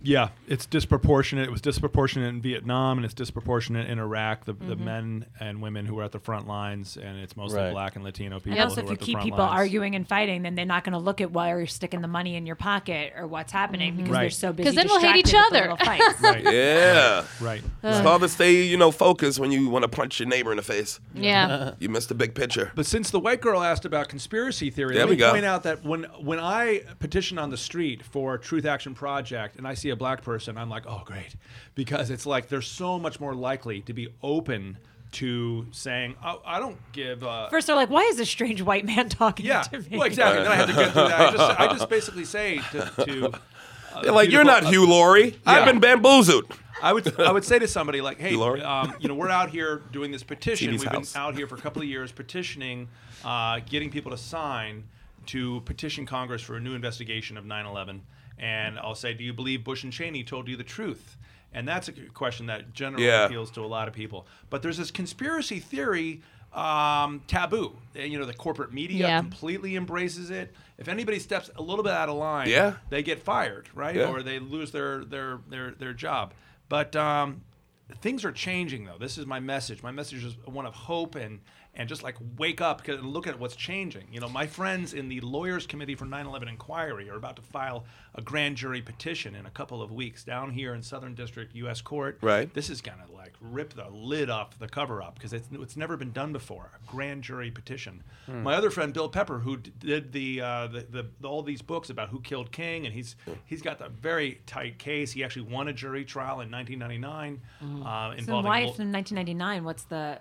S10: Yeah, it's disproportionate. It was disproportionate in Vietnam and it's disproportionate in Iraq. The, the men and women who were at the front lines, and it's mostly
S7: Right.
S10: black and Latino people.
S6: And also,
S10: who
S6: if
S10: were
S6: you
S10: at the
S6: keep
S10: front
S6: people
S10: lines.
S6: arguing and fighting, then they're not going to look at why you're sticking the money in your pocket or what's happening because they're
S10: Right.
S6: so busy.
S5: 'Cause then we'll hate each
S6: distracted with the
S5: other.
S6: little fights.
S10: Right.
S2: Yeah.
S10: Right.
S2: It's hard to stay, you know, focused when you want to punch your neighbor in the face.
S5: Yeah.
S2: You missed the big picture.
S10: But since the white girl asked about conspiracy theory,
S2: There
S10: let
S2: we
S10: me
S2: go.
S10: point out that when when I petition on the street for Truth Action Project and I see a black person, I'm like, oh great, because it's like they're so much more likely to be open to saying, oh, I don't give. A,
S6: First, they're like, "Why is this strange white man talking
S10: yeah,
S6: to me?"
S10: well, exactly. Then I have to get through that. I just, I just basically say to, to uh,
S2: They're like, you're not
S10: beautiful-
S2: Hugh Laurie. I've
S10: Yeah.
S2: been bamboozled.
S10: I would I would say to somebody like, hey,
S2: Laurie?
S10: um, you know, we're out here doing this petition.
S2: TV's
S10: We've
S2: house.
S10: been out here for a couple of years petitioning, uh, getting people to sign to petition Congress for a new investigation of 9/11. And I'll say, do you believe Bush and Cheney told you the truth? And that's a good question that generally
S2: Yeah.
S10: appeals to a lot of people. But there's this conspiracy theory um, taboo. And, you know, the corporate media
S5: Yeah.
S10: completely embraces it. If anybody steps a little bit out of line,
S2: Yeah.
S10: they get fired, right?
S2: Yeah.
S10: Or they lose their their their their job. But um, things are changing, though. This is my message. My message is one of hope and and just like wake up 'cause- and look at what's changing. You know, my friends in the lawyers committee for 9/11 inquiry are about to file a grand jury petition in a couple of weeks down here in Southern District U.S. Court.
S2: Right.
S10: This is gonna like rip the lid off the cover up because it's it's never been done before. A grand jury petition.
S2: Hmm.
S10: My other friend Bill Pepper, who d- did the, uh, the, the the all these books about who killed King, and he's he's got the very tight case. He actually won a jury trial in 1999
S9: Mm-hmm.
S10: uh, involving.
S6: So then why,
S10: mul-
S6: if in 1999, what's the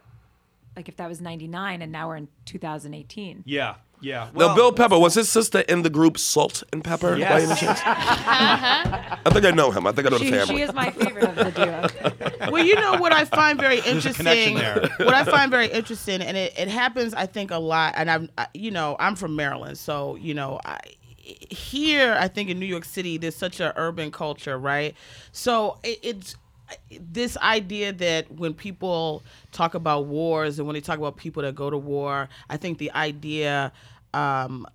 S6: like? If that was 99, and now we're in 2018.
S10: yeah, yeah.
S2: now, Bill Pepper, was his sister in the group Salt and Pepper? by
S10: Yes.
S2: any chance?
S9: Uh-huh.
S2: I think I know him. I think I know the
S6: She,
S2: family.
S6: she is my favorite of the duo.
S9: well, you know what I find very interesting.
S10: connection there.
S9: What I find very interesting, and it, it happens, I think, a lot. And I'm, I, you know, I'm from Maryland, so you know, I here, I think in New York City, there's such an urban culture, right? So it, it's this idea that when people talk about wars and when they talk about people that go to war, I think the idea um,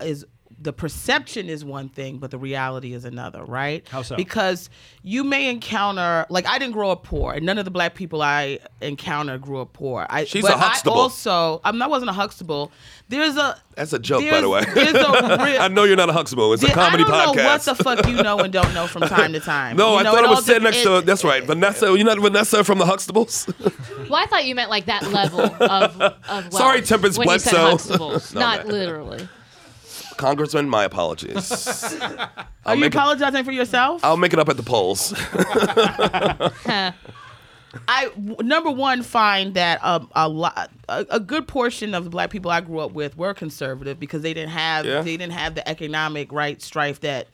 S9: is the perception is one thing, but the reality is another, right? How
S10: so?
S9: Because you may encounter, like I didn't grow up poor, and none of the black people I encounter grew up poor. I,
S2: She's
S9: but
S2: a Huxtable.
S9: I also, I'm not wasn't a Huxtable. There's a
S2: That's a joke, by the way.
S9: there's- There's a real,
S2: I know you're not a Huxtable. It's a
S9: I
S2: comedy
S9: don't know what
S2: podcast.
S9: the fuck you know and don't know from time to time.
S2: no,
S9: You
S2: I
S9: know,
S2: thought I
S9: all
S2: was sitting
S9: dep-
S2: next to.
S9: it-
S2: That's right, Vanessa. You're not Vanessa from the Huxtables.
S5: Well, I thought you meant like that level of. of
S2: Sorry,
S5: wealth
S2: Tempest
S5: when you said
S2: Bledsoe.
S5: Huxtables,
S2: No,
S5: not
S2: no.
S5: literally.
S2: Congressman, my apologies.
S9: Are you
S2: make it-
S9: apologizing for yourself?
S2: I'll make it up at the polls.
S9: I w- number one find that um, a lot, a, a good portion of the black people I grew up with were conservative because they didn't have
S2: Yeah.
S9: they didn't have the economic right strife that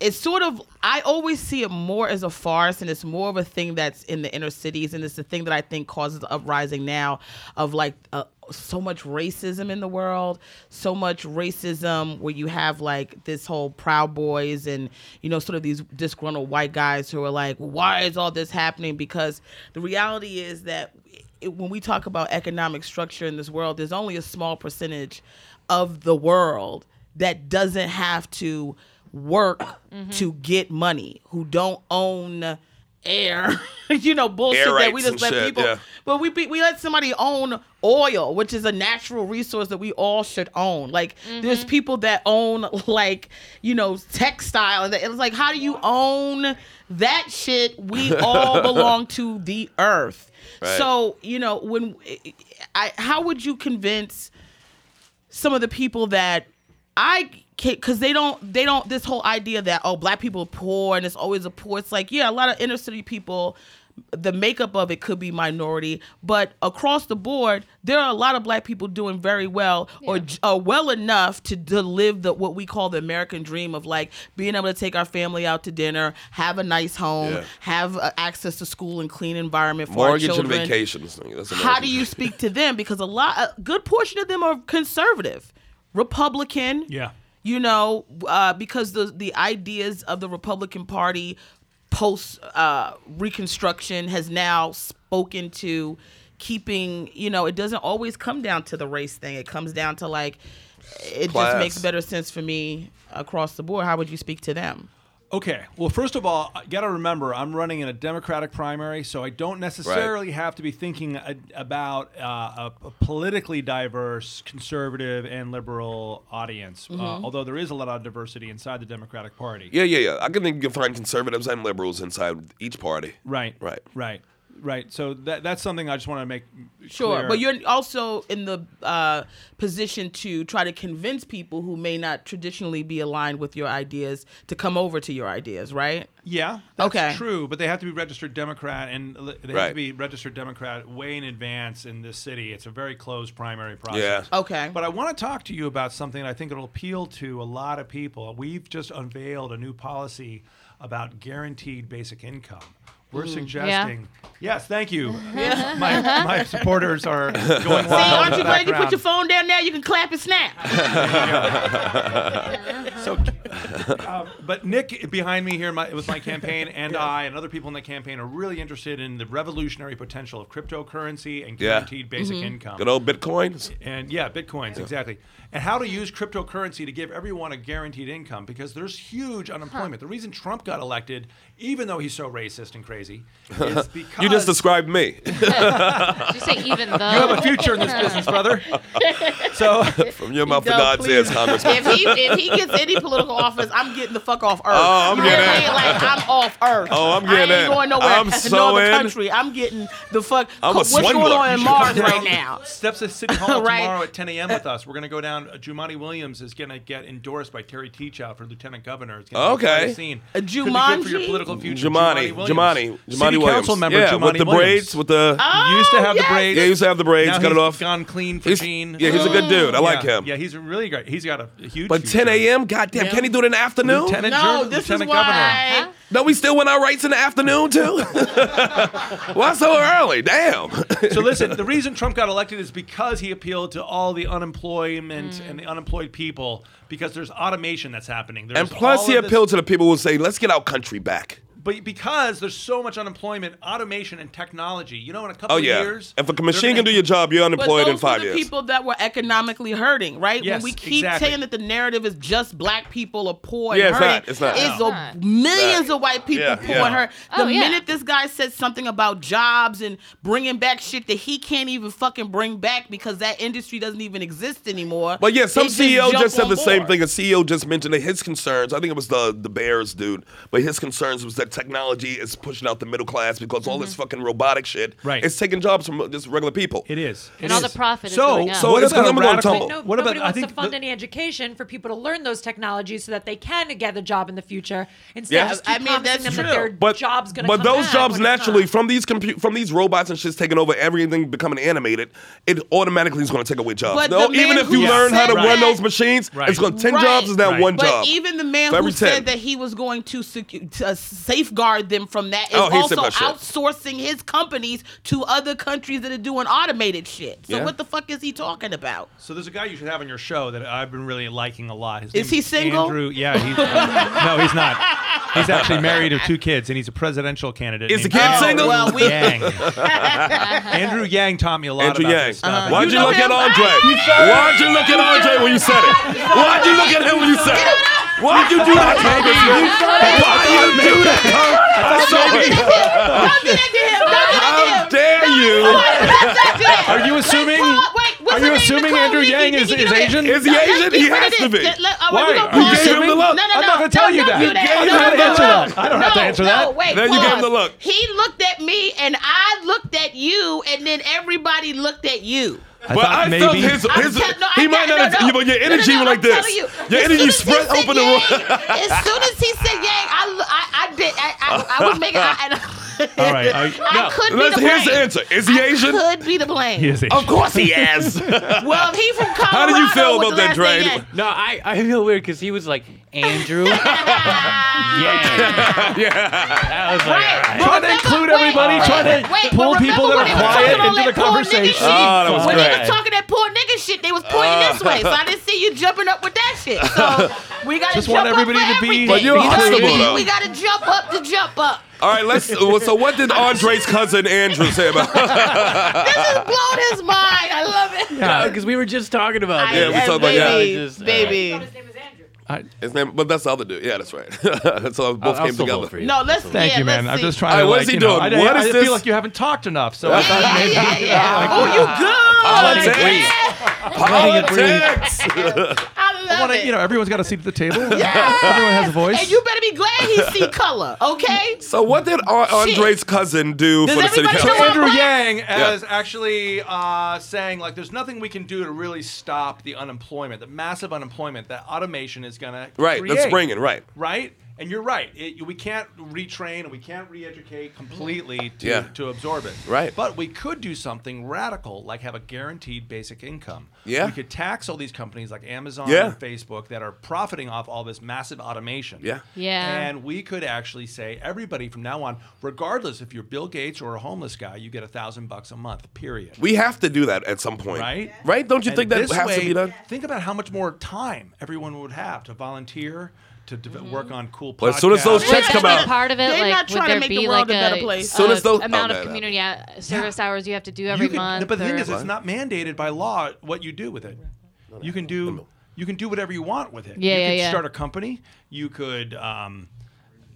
S9: it's sort of I always see it more as a farce and it's more of a thing that's in the inner cities and it's the thing that I think causes the uprising now of like uh, so much racism in the world, so much racism where you have like this whole Proud Boys and you know sort of these disgruntled white guys who are like, why is all this happening? Because the reality is that it, when we talk about economic structure in this world, there's only a small percentage of the world that doesn't have to work
S2: Mm-hmm.
S9: to get money, who don't own air, you know, bullshit
S2: Air
S9: that we
S2: rights
S9: just
S2: and
S9: let
S2: shit,
S9: people.
S2: yeah.
S9: But we be- we let somebody own oil, which is a natural resource that we all should own. Like there's people that own like you know textile, and it's like how do you own that shit? We all belong to the earth.
S2: Right.
S9: So you know when I how would you convince? some of the people that I because they don't they don't this whole idea that oh black people are poor and it's always a poor it's like yeah a lot of inner city people the makeup of it could be minority but across the board there are a lot of black people doing very well or j- or well enough to, to live the what we call the American dream of like being able to take our family out to dinner have a nice home
S2: Yeah.
S9: have uh, access to school and clean environment for our
S2: Mortgage and
S9: children
S2: vacations. That's
S9: how
S2: American.
S9: do you speak to them? Because a lot, a good portion of them are conservative, Republican.
S10: Yeah.
S9: You know, uh, because the the ideas of the Republican Party post uh, Reconstruction has now spoken to keeping. You know, it doesn't always come down to the race thing. It comes down to like it
S2: Class.
S9: just makes better sense for me across the board. How would you speak to them?
S10: Okay. Well, first of all, I got to remember I'm running in a Democratic primary, so I don't necessarily have to be thinking a, about uh, a, a politically diverse conservative and liberal audience. Uh, although there is a lot of diversity inside the Democratic Party.
S2: Yeah, yeah, yeah. I can think you can find conservatives and liberals inside each party.
S10: Right.
S2: Right.
S10: Right. Right. So that, that's something I just want to make
S9: Sure,
S10: clear.
S9: but you're also in the uh, position to try to convince people who may not traditionally be aligned with your ideas to come over to your ideas, right?
S10: Yeah, that's
S9: Okay.
S10: true, but they have to be registered Democrat, and li- they have
S2: Right.
S10: to be registered Democrat way in advance in this city. It's a very closed
S2: Yeah.
S10: primary process.
S9: Okay.
S10: But I want to talk to you about something I think it'll appeal to a lot of people. We've just unveiled a new policy about guaranteed basic income. We're
S9: Mm.
S10: suggesting, yes, thank you. my, my supporters are going wild.
S9: Hey, aren't
S10: in
S9: you
S10: the
S9: glad you put
S10: background.
S9: your phone down there? You can clap and snap. Uh-huh.
S10: So, um, but Nick behind me here my, with my campaign, and I and other people in the campaign are really interested in the revolutionary potential of cryptocurrency and
S2: Yeah.
S10: guaranteed basic
S9: Mm-hmm.
S10: income.
S2: Good old bitcoins.
S10: and yeah, bitcoins exactly, and how to use cryptocurrency to give everyone a guaranteed income because there's huge unemployment. The reason Trump got elected, even though he's so racist and crazy, is because
S2: You just described me.
S5: Did you say even though?
S10: you have a future in this business, brother. So
S2: From your mouth to
S9: No,
S2: God's
S9: please.
S2: ears, Congress.
S9: If he if he gets any political office, I'm getting the fuck off earth.
S2: Oh, I'm
S9: You know
S2: getting
S9: what
S2: in.
S9: saying? Like I'm off earth.
S2: Oh, I'm getting
S9: I ain't
S2: in.
S9: going nowhere.
S2: I'm
S9: to
S2: so
S9: another
S2: in.
S9: country. I'm getting the fuck.
S2: I'm a
S9: what's going
S2: swindler.
S9: on in
S2: You
S9: Mars right now?
S10: Steps at City Hall
S9: Right.
S10: tomorrow at 10 a.m. with us. We're going to go down. uh, Jumani Williams is going to get endorsed by Terry Teachout for lieutenant governor. It's gonna be
S2: Okay.
S10: quite a Scene.
S9: A
S10: Could be good for your
S9: Jumanji?
S10: political future.
S2: Jumani,
S10: Williams.
S2: Jumani,
S10: City
S2: Jumani Williams.
S10: council member
S2: yeah,
S10: Jumani
S2: with the
S10: Williams.
S2: braids, with the
S10: He used to have
S9: Oh, yes.
S10: the braids.
S2: yeah, he used to have the braids,
S10: now
S2: got
S10: he's
S2: it off.
S10: gone clean for
S2: He's-
S10: Gene.
S2: yeah, he's a good dude. I like
S10: Yeah,
S2: him.
S10: Yeah, he's really great. He's got a, a huge.
S2: But 10
S10: future.
S2: a.m. Goddamn, can he do it in the afternoon?
S10: Lieutenant
S9: No,
S10: Jur-
S9: Oh, this is
S10: Lieutenant
S9: why.
S5: Huh?
S2: No, we still win our rights in the afternoon too. Why so early? Damn.
S10: Governor. So listen, the reason Trump got elected is because he appealed to all the unemployment
S9: Hmm.
S10: and the unemployed people because there's automation that's happening. There's
S2: and plus,
S10: all
S2: he
S10: of this-
S2: appealed to the people who say, "Let's get our country back."
S10: But because there's so much unemployment, automation, and technology, you know, in a couple
S2: Oh
S10: of
S2: yeah.
S10: years,
S2: if a
S10: they're
S2: machine
S10: gonna-
S2: can do your job, you're
S9: But
S2: unemployed
S9: those
S2: in five
S9: were the
S2: years.
S9: people that were economically hurting, right?
S10: Yes,
S9: when we keep
S10: exactly.
S9: saying that the narrative is just black people are poor and
S2: Yeah, it's not.
S9: hurting,
S2: It's not.
S9: it's
S5: No.
S9: a-
S5: Not.
S9: millions
S2: Right.
S9: of white people
S2: Yeah,
S9: poor
S2: yeah.
S9: and hurting. The
S5: Oh, yeah.
S9: minute this guy says something about jobs and bringing back shit that he can't even fucking bring back because that industry doesn't even exist anymore.
S2: But yeah, some
S9: they
S2: CEO
S9: jump
S2: just said
S9: on
S2: the same
S9: board.
S2: thing. A CEO just mentioned that his concerns. I think it was the the Bears dude, but his concerns was that technology is pushing out the middle class because all
S9: Mm-hmm.
S2: this fucking robotic shit
S10: Right.
S2: is taking jobs from just regular people.
S10: It is. It
S5: And all
S10: is.
S5: the profit is
S10: so,
S5: going up.
S2: So
S10: what
S2: it's
S10: about
S2: gonna
S10: a
S2: go on
S10: radical-
S2: tumble.
S6: No,
S10: what about
S6: nobody
S10: I
S6: wants
S10: think
S6: to fund
S10: the-
S6: any education for people to learn those technologies so that they can get a job in the future. Instead,
S2: Yeah,
S6: of just
S9: I
S6: keep
S9: mean,
S6: promising
S9: that's
S6: them
S9: true.
S6: that their
S2: But
S6: jobs going to
S2: but
S6: come
S2: those
S6: back
S2: jobs
S6: when it's
S2: naturally
S6: not.
S2: from these compu- from these robots and shit's taking over everything becoming animated, it automatically is going to take away jobs.
S9: But
S2: No,
S9: the
S2: even
S9: man
S2: if you
S9: who
S2: learn how to
S9: said
S2: run
S9: that-
S2: those machines,
S10: Right.
S2: it's going to ten
S9: Right.
S2: jobs is that
S10: Right.
S2: one
S9: But
S2: job.
S9: even the man
S2: For every
S9: who
S2: 10.
S9: said that he was going to, secu- to uh, safeguard them from that is
S2: Oh, he
S9: also
S2: said that shit.
S9: outsourcing his companies to other countries that are doing automated shit. So
S2: Yeah.
S9: what the fuck is he talking about?
S10: So there's a guy you should have on your show that I've been really liking a lot. His
S9: Is
S10: name's
S9: he single?
S10: Andrew. Yeah, he's, no, he's not. He's actually married with two kids, and he's a presidential candidate.
S2: Is the
S10: named
S2: kid
S10: Andrew
S2: single?
S9: well, we-
S10: Yang. Andrew Yang taught me a lot
S2: Andrew
S10: about
S2: Yang.
S10: this stuff. And
S2: Why'd
S9: Uh-huh. You
S2: you
S9: know
S2: look at
S9: him?
S2: Andre? Why'd you look at Andre when you said it? Why'd you look at him when you said it? Why'd you do that, Congressman? Why'd you do that, huh? I saw it.
S9: Don't do that
S2: How dare you?
S9: to him. Don't do that to him.
S10: Are you assuming?
S9: Paul, wait, what's
S10: Are
S9: the
S10: you
S9: name?
S10: assuming
S9: Nicole
S10: Andrew
S9: Richie,
S10: Yang is,
S9: Nikki
S10: is
S9: Doolittle.
S10: Asian?
S2: Is he
S9: Let's
S2: Asian?
S9: get
S2: He
S9: rid
S2: has
S9: of
S2: to
S9: this.
S2: be.
S9: Let- let- all right,
S10: Why?
S9: we're gonna
S10: You
S9: pause
S10: gave
S9: it.
S10: him the
S9: No,
S10: look.
S9: no,
S10: I'm
S9: no,
S10: not gonna tell
S9: no,
S10: you
S9: don't
S10: that.
S9: do
S10: You gave
S9: No,
S10: him the
S9: no,
S10: answer
S9: no.
S10: that. I don't have to
S9: No,
S10: answer
S9: no,
S10: that.
S9: wait,
S2: Then you gave him the
S9: pause.
S2: look.
S9: He looked at me and I looked at you, and then everybody looked at you.
S2: But I, felt his,
S9: I'm
S2: his
S9: tell- no, I
S2: he might
S9: got-
S2: not
S9: no,
S2: have,
S9: no.
S2: you- but your
S9: No, no,
S2: energy
S9: no,
S2: was like
S9: I'm
S2: this.
S9: telling you,
S2: your
S9: as
S2: energy
S9: soon as he
S2: spread
S9: said
S2: open the room.
S9: Yang, as soon as he said Yang, I, lo- I, I did, I, I, I was making, I, and,
S10: All right. I,
S9: I
S10: no.
S9: could be
S2: Let's,
S9: the
S2: here's
S9: blame.
S2: the answer. Is he Asian?
S9: Could be the blame.
S10: He is Asian.
S2: Of course he is.
S9: Well, if he from Colorado.
S2: How did you feel
S9: with
S2: about
S9: the
S2: that,
S9: last name
S2: Dre?
S9: Yang,
S7: No, I, I feel weird because he was like Andrew. I was like,
S9: Right.
S7: "Alright."
S10: Trying
S9: Well,
S10: to
S9: remember-
S10: include everybody, trying to
S9: wait,
S10: pull
S9: but
S10: people that
S9: remember
S10: are
S9: when
S10: quiet
S9: they were
S10: into
S9: talking all
S10: the
S9: that poor nigga
S10: conversation.
S9: shit?
S2: Oh, that was
S9: when they
S2: great.
S9: were talking that poor nigga shit, they was pointing this way,
S11: Uh.
S9: so I didn't see you jumping up with that shit. So we gotta
S10: Just want
S9: jump up
S10: everybody
S9: for
S10: to be-
S9: everything.
S10: But
S2: you're
S9: You know what I
S2: humble,
S9: mean?
S2: though.
S9: We gotta jump up to jump up.
S2: All right, let's. So, what did Andre's cousin Andrew say about?
S8: This is blowing his mind. I love it.
S7: because we were just talking about
S2: Yeah,
S7: this.
S2: we talked about that.
S8: baby,
S7: I just- uh,
S8: baby.
S2: His name, but that's the other dude. Yeah, that's right. so both
S7: I'll
S2: came
S7: still vote
S2: together.
S7: for you.
S8: No, let's.
S11: Thank
S8: yeah,
S11: you, man.
S8: Let's
S11: I'm
S8: see.
S11: just trying
S2: All
S11: to.
S2: right, what
S11: like,
S2: is he
S11: you know,
S2: doing?
S11: I, don't-
S2: What
S11: I
S2: is
S11: just
S2: this?
S11: feel like you haven't talked enough, so I thought maybe.
S8: Yeah, yeah.
S11: Like,
S2: Politics. Politics.
S8: I love
S11: I wanna,
S8: it.
S11: you know, everyone's got a seat at the table. Everyone has a voice.
S8: and you better be glad he see color, okay?
S2: so what did Ar- Andre's cousin do
S8: Does
S2: for the city
S8: everybody
S2: council?
S8: know
S9: Andrew Yang as actually uh, saying like, "There's nothing we can do to really stop the unemployment, the massive unemployment that automation is gonna
S2: Right,
S9: create.
S2: that's bringing. Right.
S9: right." And you're right. It, we can't retrain and we can't re-educate completely to,
S2: Yeah.
S9: to absorb it.
S2: Right.
S9: But we could do something radical, like have a guaranteed basic income.
S2: Yeah.
S9: We could tax all these companies like Amazon
S2: Yeah.
S9: and Facebook that are profiting off all this massive automation.
S2: Yeah.
S5: Yeah.
S9: And we could actually say everybody from now on, regardless if you're Bill Gates or a homeless guy, you get a thousand bucks a month. Period.
S2: We have to do that at some point.
S9: Right?
S2: Right? Don't you
S9: And
S2: think that
S9: this
S2: has to
S9: way,
S2: be done?
S9: Think about how much more time everyone would have to volunteer to de-
S5: Mm-hmm.
S9: work on cool. Podcasts.
S2: Well, as soon as those
S5: Would
S2: checks
S5: that
S2: come
S5: be
S2: out.
S5: Part of it,
S8: They're
S5: like,
S8: not trying
S5: would
S8: to
S5: there
S8: make
S5: be
S8: the
S5: like
S8: world a better
S5: a,
S8: place.
S2: Soon as those-
S5: amount
S2: oh, no, no.
S5: of community uh, service hours you have to do every
S9: You can-
S5: month?
S9: But the thing
S5: or-
S9: is, it's not mandated by law what you do with it. You can do you can do whatever you want with it.
S5: Yeah,
S9: you
S5: yeah,
S9: could
S5: yeah.
S9: Start a company. You could. Um,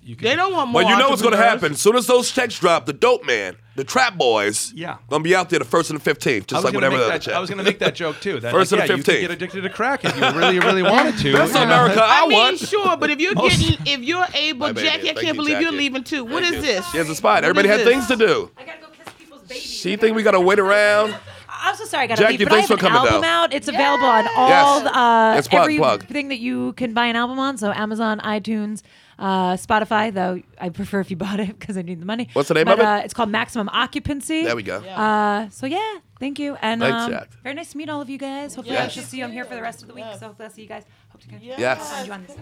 S9: you could.
S8: They don't want more.
S2: But you know what's going to
S8: entrepreneurs.
S2: happen. soon as those checks drop, the dope man, the trap boys,
S9: Yeah.
S2: going to be out there the 1st and the 15th,
S9: I was
S2: just like
S9: gonna
S2: whatever
S9: make
S2: the other
S9: that,
S2: check.
S9: I was going to make that joke too. That
S2: First and
S9: like,
S2: the
S9: yeah, you
S2: 15th.
S9: could get addicted to crack if you really, really wanted to.
S2: That's
S9: you know?
S2: America I,
S8: I mean,
S2: want.
S8: sure, but if you're getting, if you're able,
S2: My baby,
S8: Jackie, I
S2: thank
S8: can't
S2: you,
S8: believe you're
S2: Jackie.
S8: leaving too. What
S2: Thank
S8: is
S2: you.
S8: this?
S2: She has a spot.
S8: What
S2: Everybody
S8: is
S2: had
S8: this?
S2: things to do.
S6: I gotta go kiss people's babies.
S2: She think we got to wait around.
S6: I'm so sorry, I gotta
S2: Jackie,
S6: leave. But I
S2: thanks
S6: have an
S2: for coming,
S6: album
S2: though.
S6: out. It's available on all
S2: Yes.
S6: the, uh,
S2: Yes, plug, plug.
S6: everything that you can buy an album on. So Amazon, iTunes, uh, Spotify. Though I prefer if you bought it because I need the money.
S2: What's the name of
S6: but,
S2: it?
S6: Uh, it's called Maximum Occupancy.
S2: There we go. Yeah.
S6: Uh, so yeah, thank you, and
S2: Thanks,
S6: um,
S2: Jack.
S6: very nice to meet all of you guys. Hopefully, I
S2: Yes.
S6: should see you. I'm here for the rest of the week, so hopefully I'll see you guys. Hope to get
S2: Yes.
S6: find you on this.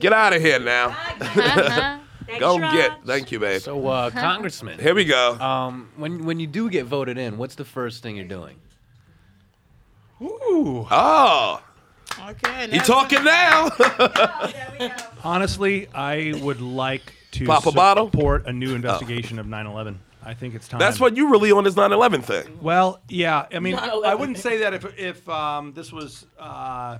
S2: Get out of here now.
S5: Uh-huh.
S6: Thanks,
S2: Go
S6: Sharad.
S2: get. Thank you, babe.
S7: So, uh, Congressman,
S2: Here we go.
S7: um, when when you do get voted in, what's the first thing you're doing?
S2: oh,
S8: Okay,
S2: you
S8: now-
S2: talking now?
S9: Honestly, I would like to
S2: Pop a bottle? Oh.
S9: support a new investigation of 9/11. I think it's time.
S2: That's what you really on this 9/11 thing.
S9: Well, yeah. I mean, I wouldn't say that if if um, this was. Uh,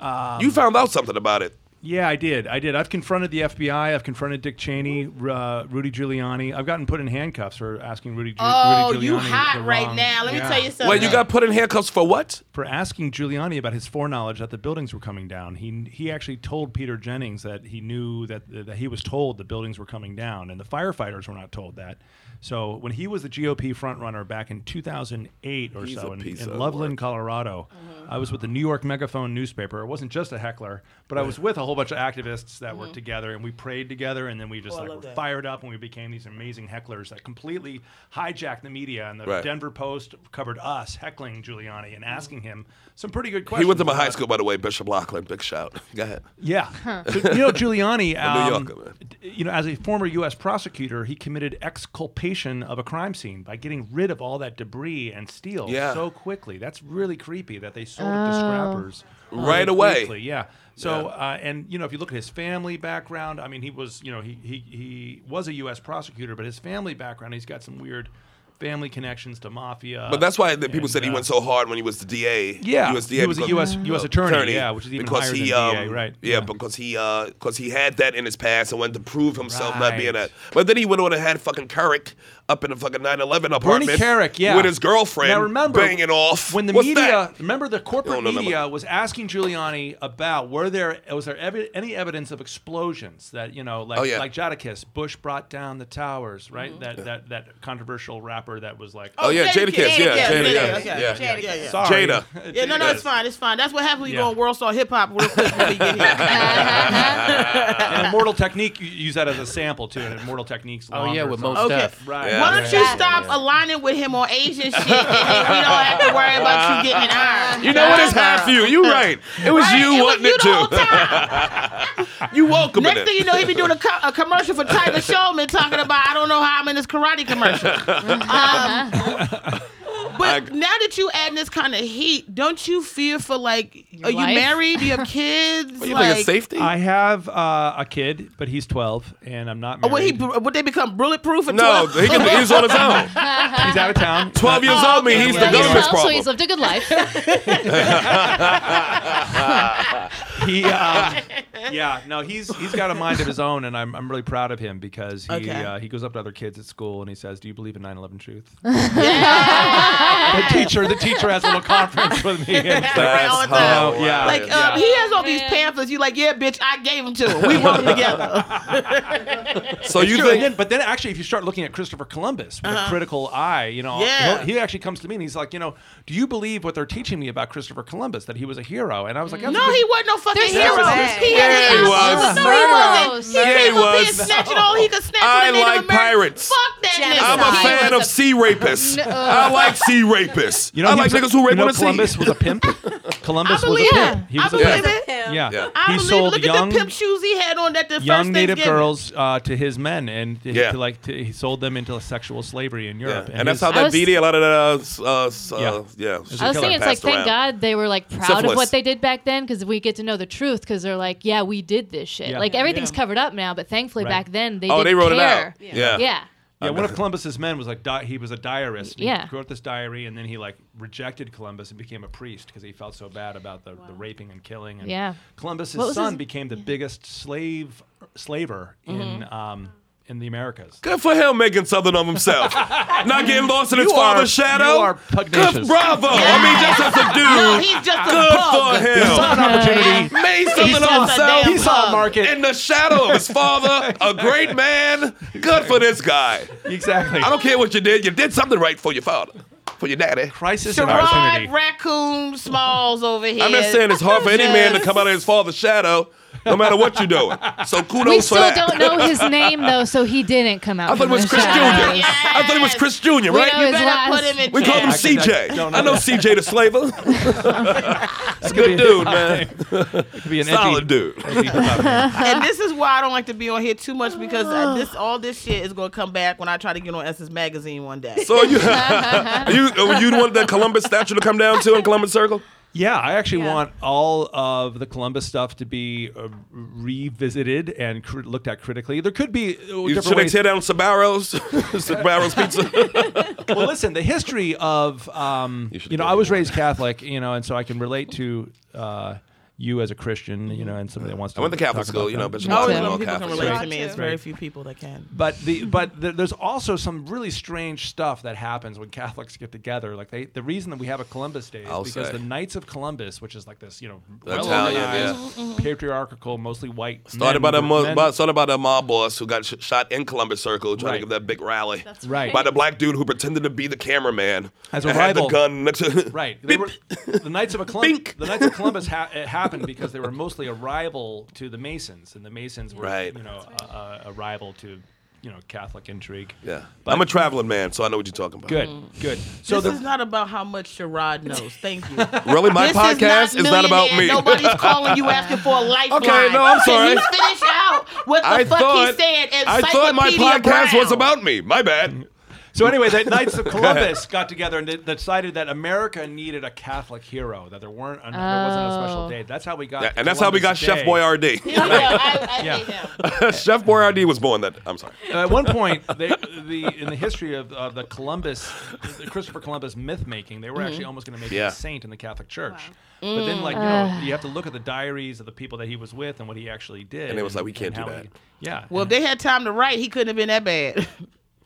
S9: Um,
S2: you found out something about it.
S9: yeah, I did. I did. I've confronted the FBI. I've confronted Dick Cheney, uh, Rudy Giuliani. I've gotten put in handcuffs for asking Rudy, Giu-
S8: Oh,
S9: Rudy Giuliani.
S8: you
S9: the
S8: hot right
S9: wrong-
S8: now. Let me
S9: Yeah.
S7: Ah.
S8: tell you something.
S2: Well, you got put in handcuffs for what?
S9: for asking Giuliani about his foreknowledge that the buildings were coming down. He he actually told Peter Jennings that he knew that that he was told the buildings were coming down, and the firefighters were not told that. So when he was the GOP frontrunner back in 2008 or
S2: He's
S9: so
S2: a
S9: in,
S2: piece
S9: in
S2: of
S9: Loveland,
S2: work.
S9: Colorado, I was with the New York Megaphone newspaper. I wasn't just a heckler, but I was with a whole bunch of activists that were together, and we prayed together, and then we just like were fired up, and we became these amazing hecklers that completely hijacked the media and the
S2: Right.
S9: Denver Post covered us heckling Giuliani and asking him some pretty good
S2: He
S9: questions.
S2: went to my high
S9: about-
S2: school, by the way, Bishop Lachlan. Big shout. Go ahead.
S9: Yeah, So, you know Giuliani.
S2: I'm New
S9: um,
S2: Yorker, man.
S9: d- you know, as a former U.S. prosecutor, he committed exculpation of a crime scene by getting rid of all that debris and steel
S2: Yeah. Oh.
S9: so quickly. That's really creepy that they sold it to scrappers really
S2: Right away.
S9: quickly. Yeah. So, Uh, and you know, if you look at his family background, I mean, he was, you know, he he he was a U.S. prosecutor, but his family background, he's got some weird family connections to mafia.
S2: But that's why the people
S9: and,
S2: said he
S9: uh,
S2: went so hard when he was the DA.
S9: Yeah,
S2: USDA
S9: he was a
S2: because-
S9: US US
S2: uh,
S9: attorney, yeah, which is even
S2: because
S9: higher
S2: he,
S9: than
S2: um,
S9: DA, right,
S2: Yeah,
S9: yeah.
S2: because he because he had that in his past and wanted to prove himself not being that.
S9: Right.
S2: But then he went on and had fucking Carrick up in the fucking 9/11 apartment.
S9: Bernie Carrick, yeah,
S2: with his girlfriend.
S9: Now remember,
S2: banging off
S9: when the
S2: What's
S9: media.
S2: that?
S9: Remember the corporate
S2: No, no, no, no.
S9: media was asking Giuliani about were there was there evi- any evidence of explosions that you know like
S2: Oh, yeah.
S9: like Jadakiss Bush brought down the towers right
S8: Mm-hmm.
S9: that that that controversial rapper that was like
S2: Oh yeah, Jada
S8: Jada
S2: Kiss,
S8: Kiss,
S2: yeah,
S8: Jada
S2: Jada,
S8: Kiss,
S2: yeah,
S8: okay,
S2: yeah.
S8: Jada Kiss.
S2: Sorry. Jada.
S8: Yeah, no, no, it's fine. It's fine. That's what happens when you
S9: Yeah.
S8: go on World Star Hip Hop real quick when we get here.
S9: and Immortal Technique you use that as a sample too and Immortal Techniques
S7: Oh yeah, with most
S8: Okay.
S7: stuff.
S9: right
S2: Yeah.
S8: Why don't you
S2: Yeah.
S8: stop aligning with him on Asian shit, and then we don't have to worry about you getting an iron.
S2: You know what? It's half you. You right. It was
S8: Right?
S2: you
S8: It was
S2: wanting
S8: you
S2: it
S8: the whole
S2: to.
S8: time.
S2: You welcome
S8: Next
S2: it.
S8: thing you know, he be doing a, co- a commercial for Tiger Showman talking about I don't know how I'm in this karate commercial. Um, But now that you add this kind of heat, don't you fear for like, are you
S5: life?
S8: married? Do you have kids? like,
S9: I have uh, a kid, but he's 12, and I'm not
S8: Oh,
S9: married.
S8: would he? Would they become bulletproof? At
S9: No,
S8: 12?
S9: he can- he's on his own.
S5: he's
S9: out of town.
S2: 12 years old, me, he's the
S5: Well, he's
S2: government's
S5: well, So
S2: problem.
S5: he's lived a good life.
S9: he, um, yeah, no, he's he's got a mind of his own, and I'm, I'm really proud of him because he
S8: Okay.
S9: uh, he goes up to other kids at school and he says, "Do you believe in 9/11 truth?"
S8: Yeah.
S9: the teacher, the teacher has a little conference with me. And it's like,
S8: Right on time.
S9: oh, yeah,
S8: like um,
S9: yeah.
S8: he has all these pamphlets. You like, yeah, bitch, I gave them to him. We wrote them together.
S9: So
S8: you
S9: true.
S8: think-
S9: And then- but then actually, if you start looking at Christopher Columbus with
S8: Uh-huh.
S9: a critical eye, you know,
S8: Yeah.
S9: he'll- he actually comes to me and he's like, you know, do you believe what they're teaching me about Christopher Columbus that he was a hero? And I was like, "That's a
S8: No,
S9: good-
S8: he wasn't no fucking
S9: There's
S8: hero. He
S9: no Yeah,
S8: had
S9: he
S8: an
S9: was.
S8: outfit. No, he wasn't. He
S2: Yeah, he
S8: came up here
S2: was.
S8: snatching all he could snatch.
S2: I
S8: from the Native
S2: like
S8: American-
S2: pirates.
S8: Fuck that nigga.
S2: I'm a fan of sea rapists.
S8: No.
S2: I like sea rapists.
S9: You know,
S2: I
S9: he
S2: like
S9: was a-
S2: niggas who
S9: you
S2: rape
S9: know
S2: on the sea.
S9: Columbus was a pimp. Columbus
S8: I
S9: was
S8: believe
S9: a
S8: it.
S9: pimp. He
S8: I
S9: was a
S8: believe
S9: pimp.
S8: it.
S9: Yeah.
S8: I
S9: He
S8: believe-
S9: sold
S8: Look
S9: young
S8: at the pimp shoes he had on that the first
S9: young Native
S8: Thanksgiving.
S9: girls uh, to his men, and to,
S2: Yeah.
S9: to, like to, he sold them into sexual slavery in Europe.
S2: And that's
S9: his-
S2: how that BD, a lot of that, uh, s- uh,
S9: Yeah.
S2: s- yeah. yeah.
S9: was
S5: I was thinking it's like, thank God they were like proud
S2: Syphilis.
S5: of what they did back then because we get to know the truth because they're like, yeah, we did this shit.
S9: Yeah.
S5: Like
S9: Yeah.
S5: everything's covered up now, but thankfully
S9: Right.
S5: back then they
S9: Oh,
S5: didn't
S9: they wrote it
S5: care.
S9: out. Yeah.
S5: Yeah.
S9: Yeah, one of Columbus's men was like di- he was a diarist. and
S5: Yeah.
S9: he wrote this diary, and then he like rejected Columbus and became a priest because he felt so bad about the, the raping and killing. And
S5: Yeah. What
S9: Columbus's
S5: was
S9: son
S5: his-
S9: became the biggest slave slaver
S8: Mm-hmm.
S9: in um, in the Americas.
S2: Good for him making something of himself. Not getting lost in his
S9: You are-
S2: father's shadow.
S9: you are pugnacious.
S2: Good, bravo. I mean, just as a dude.
S8: No, he's just a
S2: Good
S8: pug.
S2: for him.
S8: He saw an opportunity.
S2: Made
S8: He's
S2: something
S8: just
S2: of
S8: a
S2: himself.
S8: damn He saw a pug.
S9: market.
S2: In the shadow of his father, a great man. Good for this guy.
S9: Exactly.
S2: I don't care what you did. You did something right for your father, for your daddy.
S9: Crisis
S2: and
S8: Gerard Raccoon Smalls over here.
S2: I'm just saying it's hard for any man to come out of his father's shadow, no matter what you're doing. So kudos
S5: We
S2: for
S5: still
S2: that.
S5: don't know his name though, so he didn't come out.
S2: I thought it was Chris Jr. I thought it was Chris Jr.
S5: We
S2: Right?
S5: know his last- Put him in
S2: we call him
S5: jail.
S2: CJ.
S9: I
S2: I,
S9: don't
S2: know CJ the slaver. It's a good dude, man.
S9: could be an
S2: solid dude.
S8: and this is why I don't like to be on here too much because uh, this all this shit is gonna come back when I try to get on Essence Magazine one day.
S2: so are you, are you, are you the one that Columbus statue to come down to in Columbus Circle?
S9: Yeah, I actually want all of the Columbus stuff to be uh, revisited and cr- looked at critically. There could be uh,
S2: You,
S9: different
S2: should they
S9: ways.
S2: tear down Sabaro's? Sabaro's Pizza?
S9: well, listen, the history of um, you, know, I was raised Catholic, you know, and so I can relate to uh, you as a Christian, you know, and somebody that wants to.
S2: I went to
S9: talk
S2: Catholic school,
S9: about
S2: you know,
S9: that.
S2: but
S8: I always love when Oh, people can relate to me. It's very few people that can.
S9: But the but the, there's also some really strange stuff that happens when Catholics get together. Like they, the reason that we have a Columbus Day is
S2: I'll
S9: because
S2: say.
S9: the Knights of Columbus, which is like this, you know,
S2: Italian,
S9: well-organized, patriarchal, mostly white.
S2: Started by
S9: men-
S2: the mo-
S9: men-
S2: by, started by the mob boss who got sh- shot in Columbus Circle trying
S9: Right.
S2: to give that big rally. That's
S9: right.
S2: By the black dude who pretended to be the cameraman
S9: As a
S2: and had the
S9: rival.
S2: gun next to.
S9: Right. They were, the Knights of a Columbus. The Knights of Columbus ha- it happened because they were mostly a rival to the Masons, and the Masons were,
S2: Right.
S9: you know, a, a- a rival to, you know, Catholic intrigue.
S2: Yeah. I'm a traveling man, so I know what you're talking about.
S9: Good. Good.
S8: So
S9: So
S8: Mm. this
S9: the
S8: is not about how much Sherrod knows. Thank you.
S2: Really, my
S8: This
S2: podcast is not about
S8: millionaire.
S2: me.
S8: Nobody's calling you asking for a lifeline.
S2: Okay, no, I'm sorry.
S8: Can you finish out what the
S2: I
S8: fuck
S2: thought
S8: he said? in
S2: I thought my
S8: Encyclopedia
S2: podcast
S8: Brown?
S2: was about me. My bad.
S9: So anyway, the Knights of Columbus got together and they decided that America needed a Catholic hero. That there weren't, an, there wasn't a special
S5: Oh.
S9: day. That's how we got.
S2: Yeah, and that's how we got
S9: Columbus
S2: Chef
S9: Day.
S2: Boyardee. Chef Boyardee was born that. I'm sorry.
S9: At one point, they, the in the history of uh, the Columbus, the Christopher Columbus myth making, they were
S8: Mm-hmm.
S9: actually almost going to make him
S2: Yeah.
S9: a saint in the Catholic Church. But then, like you
S8: Mm.
S9: know, you have to look at the diaries of the people that he was with and what he actually did.
S2: And it was like, we can't
S9: and
S2: do
S9: how
S2: that.
S9: he- yeah.
S8: Well, if they had time to write, he couldn't have been that bad.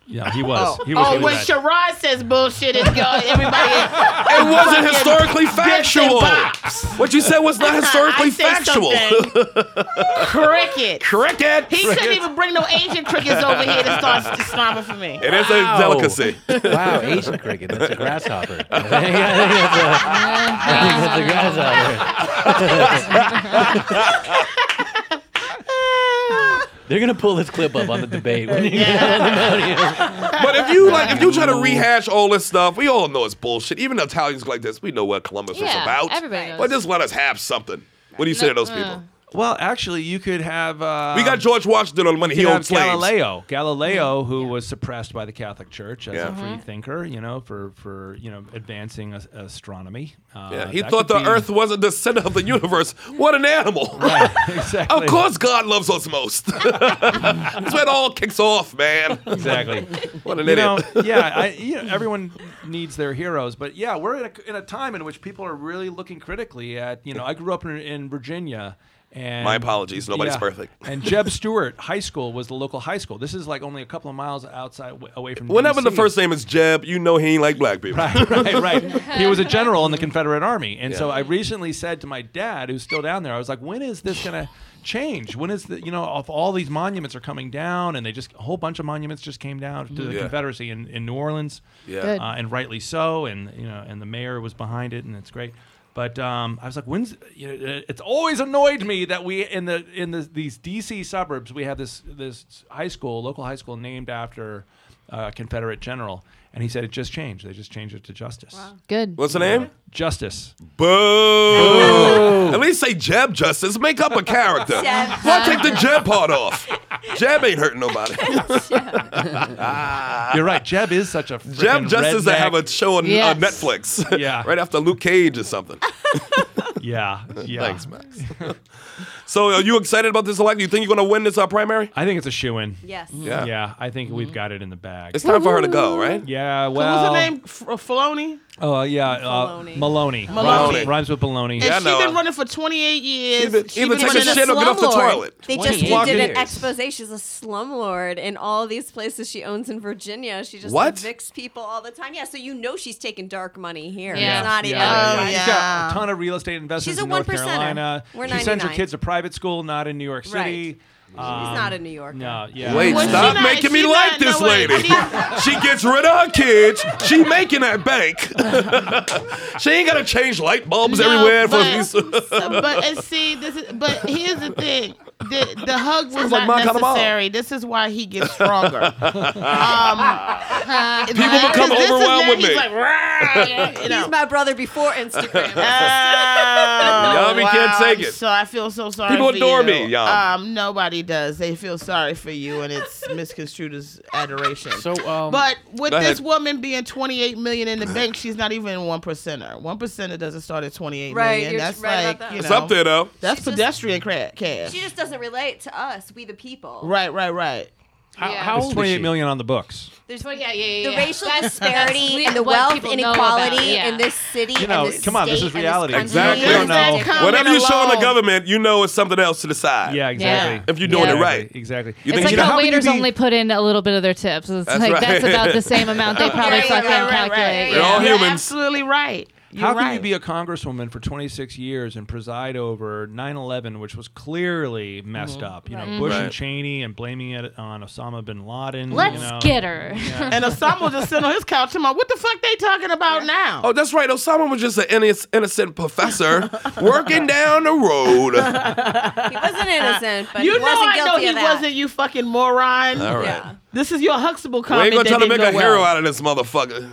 S9: yeah, he was.
S8: Oh,
S9: He was
S8: oh,
S9: really
S8: when
S9: bad.
S8: Sherrod says bullshit, it's going. Everybody.
S2: It wasn't historically factual.
S8: bops.
S2: What you said was not historically
S8: I said
S2: factual.
S8: something. cricket.
S2: Cricket.
S8: He couldn't even bring no Asian crickets over here to start s- stomping for me.
S2: It is
S7: Wow.
S2: a delicacy.
S7: Wow, Asian cricket. That's a grasshopper. I think that's a, I think that's a grasshopper. They're gonna pull this clip up on the debate. When you
S2: But if you like, if you try to rehash all this stuff, we all know it's bullshit. Even Italians like this, we know what Columbus
S5: Yeah,
S2: was about.
S5: everybody knows.
S8: Uh-huh.
S2: But just let us have something. What do you say to those people?
S9: Well, actually, you could have. Uh,
S2: We got George Washington on the money.
S9: you
S2: He
S9: could
S2: owned
S9: have
S2: slaves.
S9: Galileo. Galileo, who was suppressed by the Catholic Church as
S2: Yeah.
S9: a free
S2: Mhm.
S9: thinker, you know, for for you know advancing as- astronomy. Uh,
S2: Yeah, he
S9: that
S2: thought the
S9: could be-
S2: Earth wasn't the center of the universe. What an animal!
S9: exactly.
S2: Of course, God loves us most. That's where it all kicks off, man.
S9: Exactly.
S2: What an
S9: you know,
S2: idiot.
S9: yeah, I, you know, everyone needs their heroes, but yeah, we're in a, in a time in which people are really looking critically at. You know, I grew up in, in Virginia. And
S2: My apologies, nobody's perfect.
S9: and Jeb Stewart High School was the local high school. This is like only a couple of miles outside away from.
S2: Whenever the
S9: DC.
S2: first name is Jeb, you know he ain't like black people.
S9: Right, right, right. He was a general in the Confederate Army. And so
S2: Yeah.
S9: I recently said to my dad, who's still down there, I was like, when is this going to change? When is the, you know, if all these monuments are coming down and they just, a whole bunch of monuments just came down to the
S2: Yeah.
S9: Confederacy in, in New Orleans.
S2: Yeah. Good.
S9: Uh, and rightly so. And, you know, and the mayor was behind it and it's great. But um, I was like, when's you know, it- it's always annoyed me that we in the in the, these DC suburbs we have this this high school local high school named after uh, Confederate general, and he said it just changed. They just changed it to Justice.
S6: Good.
S2: What's the name?
S9: Justice.
S2: Boo! At least say Jeb Justice. Make up a character.
S9: Jeb.
S2: Why take the Jeb part off? Jeb ain't hurting nobody.
S9: You're right. Jeb is such a
S2: Ah. Jeb
S9: frickin'
S2: Justice that have
S9: redneck.
S2: a show on,
S9: Yes.
S2: on Netflix.
S9: Yeah.
S2: right after Luke Cage or something.
S9: Yeah. Yeah.
S2: Thanks, Max. so, are you excited about this election? You think you're going to win this uh, primary?
S9: I think it's a shoe in.
S12: Yes.
S2: Yeah. Mm-hmm.
S9: Yeah. I think we've got it in the bag.
S2: It's time for her to go, right?
S9: Yeah.
S8: So
S9: Well.
S8: what's her name? F- uh, Filoni.
S9: Oh yeah. Uh,
S8: Maloney.
S9: Maloney. Rhymes, rhymes with
S8: And
S9: baloney.
S8: she's been running for 28 years.
S2: Either-
S8: She
S2: either
S8: been
S2: take a
S8: running
S2: shit or get off the
S8: slumlord.
S2: toilet.
S5: They
S2: Twenty
S5: just did
S2: years.
S5: an
S2: years.
S5: expose. She's a slumlord in all these places she owns in Virginia. She just
S2: What?
S5: evicts people all the time. Yeah, so you know she's taking dark money here.
S9: Yeah.
S5: It's not
S9: Yeah,
S5: even.
S8: oh,
S9: yeah,
S5: right.
S9: yeah. She's got a ton of real estate investments
S5: She's a
S9: in North
S5: 1%er.
S9: Carolina.
S5: We're
S9: she sends her
S5: 99.
S9: kids to private school, not in New York
S5: Right.
S9: City. She's
S5: not a New Yorker.
S9: No, yeah.
S2: Wait, stop making me like this lady. she gets rid of her kids. She making that bank. she ain't got to change light bulbs
S8: No,
S2: everywhere for
S8: but-
S2: these.
S8: but and see, this is. But here's the thing: the, the hug was
S2: Sounds like
S8: not
S2: my kind of ball.
S8: necessary. this is why he gets stronger. um, People
S5: become overwhelmed with me.
S8: He's like, "Rah," you know.
S5: He's my brother before Instagram.
S8: Oh,
S2: Yami can't
S8: wow,
S2: take
S8: I'm
S2: it.
S8: So I feel so sorry.
S2: People
S8: for
S2: adore
S8: you.
S2: me, Yami.
S8: Um, nobody does. They feel sorry for you, and it's misconstrued as adoration.
S7: So, um,
S8: but with
S7: go
S8: this
S7: ahead.
S8: woman being 28 million in the bank, she's not even one percenter. One percenter doesn't start at 28 million.
S5: Right, you're
S8: That's
S5: right about
S8: like
S5: that.
S8: you know,
S2: It's up there, though.
S8: That's pedestrian cra- cash.
S5: she just doesn't relate to us, we the people.
S8: Right, right, right.
S9: How,
S5: Yeah.
S9: how
S5: It's
S9: old is
S5: 28
S9: she? million on the books.
S5: There's
S6: yeah, yeah,
S5: the
S6: yeah.
S5: racial
S6: That's- that's
S5: disparity
S6: le-
S5: and the
S6: what
S5: wealth
S6: people know about,
S5: inequality
S6: yeah.
S5: in this city.
S9: You know,
S5: and this
S9: come on, this
S5: state
S9: is
S5: and
S9: reality.
S5: country.
S2: Exactly.
S9: We don't know.
S2: Whatever you show in the
S8: alone.
S2: government, you know it's something else to decide.
S9: Yeah, exactly.
S2: If you're doing it
S9: Exactly,
S2: right.
S9: Exactly.
S2: You
S6: It's
S2: think
S6: like
S2: you know
S6: how
S2: how can you
S6: waiters
S2: be-
S6: only put in a little bit of their tips. It's
S2: That's
S6: like
S2: right.
S6: that's about the same amount they probably
S8: Right,
S6: fucking
S8: right, right, right.
S6: calculate.
S2: We're all
S8: You're
S2: humans.
S8: Absolutely right. You're
S9: How can
S8: right.
S9: you be a congresswoman for 26 years and preside over 9/11, which was clearly messed
S8: Mhm.
S9: up? You know,
S8: Right.
S9: Bush
S8: Right.
S9: and Cheney, and blaming it on Osama bin Laden. you
S8: Let's
S9: know.
S6: get her.
S9: Yeah.
S8: and Osama was just sitting on his couch, talking about what the fuck they talking about now?
S2: Oh, that's right. Osama was just an inno- innocent professor working down the road.
S5: He wasn't innocent, but
S8: you
S5: he
S8: know,
S5: wasn't
S8: I
S5: guilty
S8: know
S5: of
S8: he
S5: that.
S8: wasn't. You fucking moron.
S2: All right. Yeah.
S8: This is your
S2: we
S8: Huxtable
S2: ain't
S8: comment.
S2: gonna
S8: that
S2: try to make
S8: didn't
S2: a
S8: go
S2: hero
S8: well.
S2: out of this motherfucker.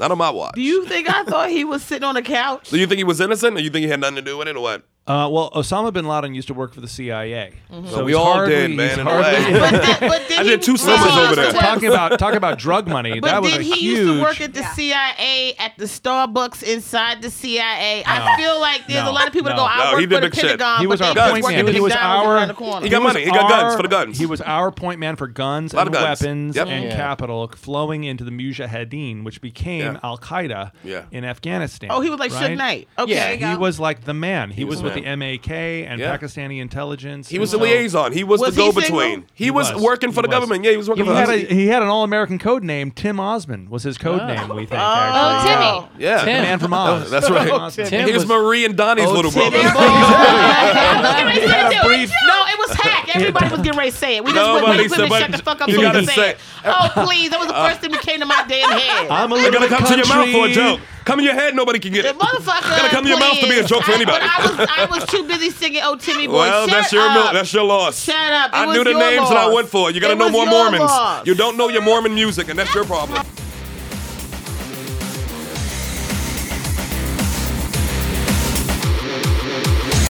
S2: Not on my watch.
S8: Do you think I thought he was sitting on a couch?
S2: Do you think he was innocent, or you think he had nothing to do with it, or what?
S9: Uh, well, Osama bin Laden used to work for the CIA.
S8: Mm-hmm.
S2: Well,
S9: it
S2: we
S9: was
S2: all
S9: hardly-
S2: did, man,
S9: he's
S2: in a
S9: hardly-
S2: way. But did- but did I did he- two summers
S9: Well,
S2: over there.
S9: Talking about talking about drug money,
S8: But
S9: that was
S8: did
S9: a
S8: he
S9: huge.
S8: used to work at the CIA at the Starbucks inside the CIA? I
S9: No.
S8: feel like there's
S9: No.
S8: a lot of people that
S9: No.
S8: go, I
S9: No,
S8: work
S9: he
S8: for
S9: did
S8: the
S9: big shit.
S8: Pentagon.
S9: He was
S8: but
S9: our
S8: they just
S9: point
S8: work
S9: man.
S8: at
S9: He was
S8: McDonald's
S9: our.
S8: around the corner.
S9: was our- He was our point man for guns
S2: Lot
S9: and
S2: of guns.
S9: weapons
S2: Yep.
S9: and
S2: Yeah.
S9: capital flowing into the Mujahideen, which became
S2: Yeah.
S9: Al Qaeda
S2: Yeah.
S9: in Afghanistan.
S8: Oh, he was like Suge
S9: right?
S8: Knight. Okay. There you
S9: yeah, he
S8: go.
S9: was like the man. He,
S2: He
S9: was,
S2: was
S9: with
S2: the
S9: the MAK and
S2: Yeah.
S9: Pakistani intelligence.
S2: He
S9: and
S2: was the
S9: so-
S2: liaison. He was,
S8: Was
S2: the
S8: he
S2: go-between.
S8: single?
S2: He, was, working for the
S9: He was.
S2: government. Yeah, he was working
S9: he
S2: for
S9: had,
S2: the
S9: a, he had an all-American code name. Tim Osmond was his code name. We think. actually.
S6: Oh,
S2: Ah.
S6: Timmy.
S2: Yeah,
S9: The man from Oz.
S2: That's right.
S9: Tim
S2: he was,
S9: was-
S2: Marie and
S8: Oh,
S2: Donnie's little brother.
S8: Everybody
S9: He had
S8: said
S9: a
S8: it too.
S9: brief-
S8: No, it was hack. Everybody was getting ready to say it. We just
S2: Nobody
S8: wouldn't
S2: said-
S8: women
S2: but
S8: shut the fuck up
S2: you
S8: so we
S2: gotta
S8: could say it.
S2: say- uh,
S8: Oh, please. That was the first thing that came to my damn head.
S9: I'm a
S2: It
S9: little
S2: gotta come to your mouth for a
S9: country.
S2: joke. Come in your head, nobody can get
S8: The
S2: it.
S8: motherfucker.
S2: Gotta come to your mouth to be a
S8: please.
S2: joke for
S8: I-
S2: anybody.
S8: But I was, I was too busy singing "Oh Timmy Boy."
S2: well,
S8: Shut
S2: that's your
S8: up.
S2: mil- that's your loss.
S8: Shut up. It
S2: I
S8: was
S2: knew the
S8: your
S2: names that I
S8: loss.
S2: went for. You gotta
S8: It
S2: know
S8: was
S2: more
S8: your
S2: Mormons.
S8: loss.
S2: You don't know your Mormon music, and that's your problem.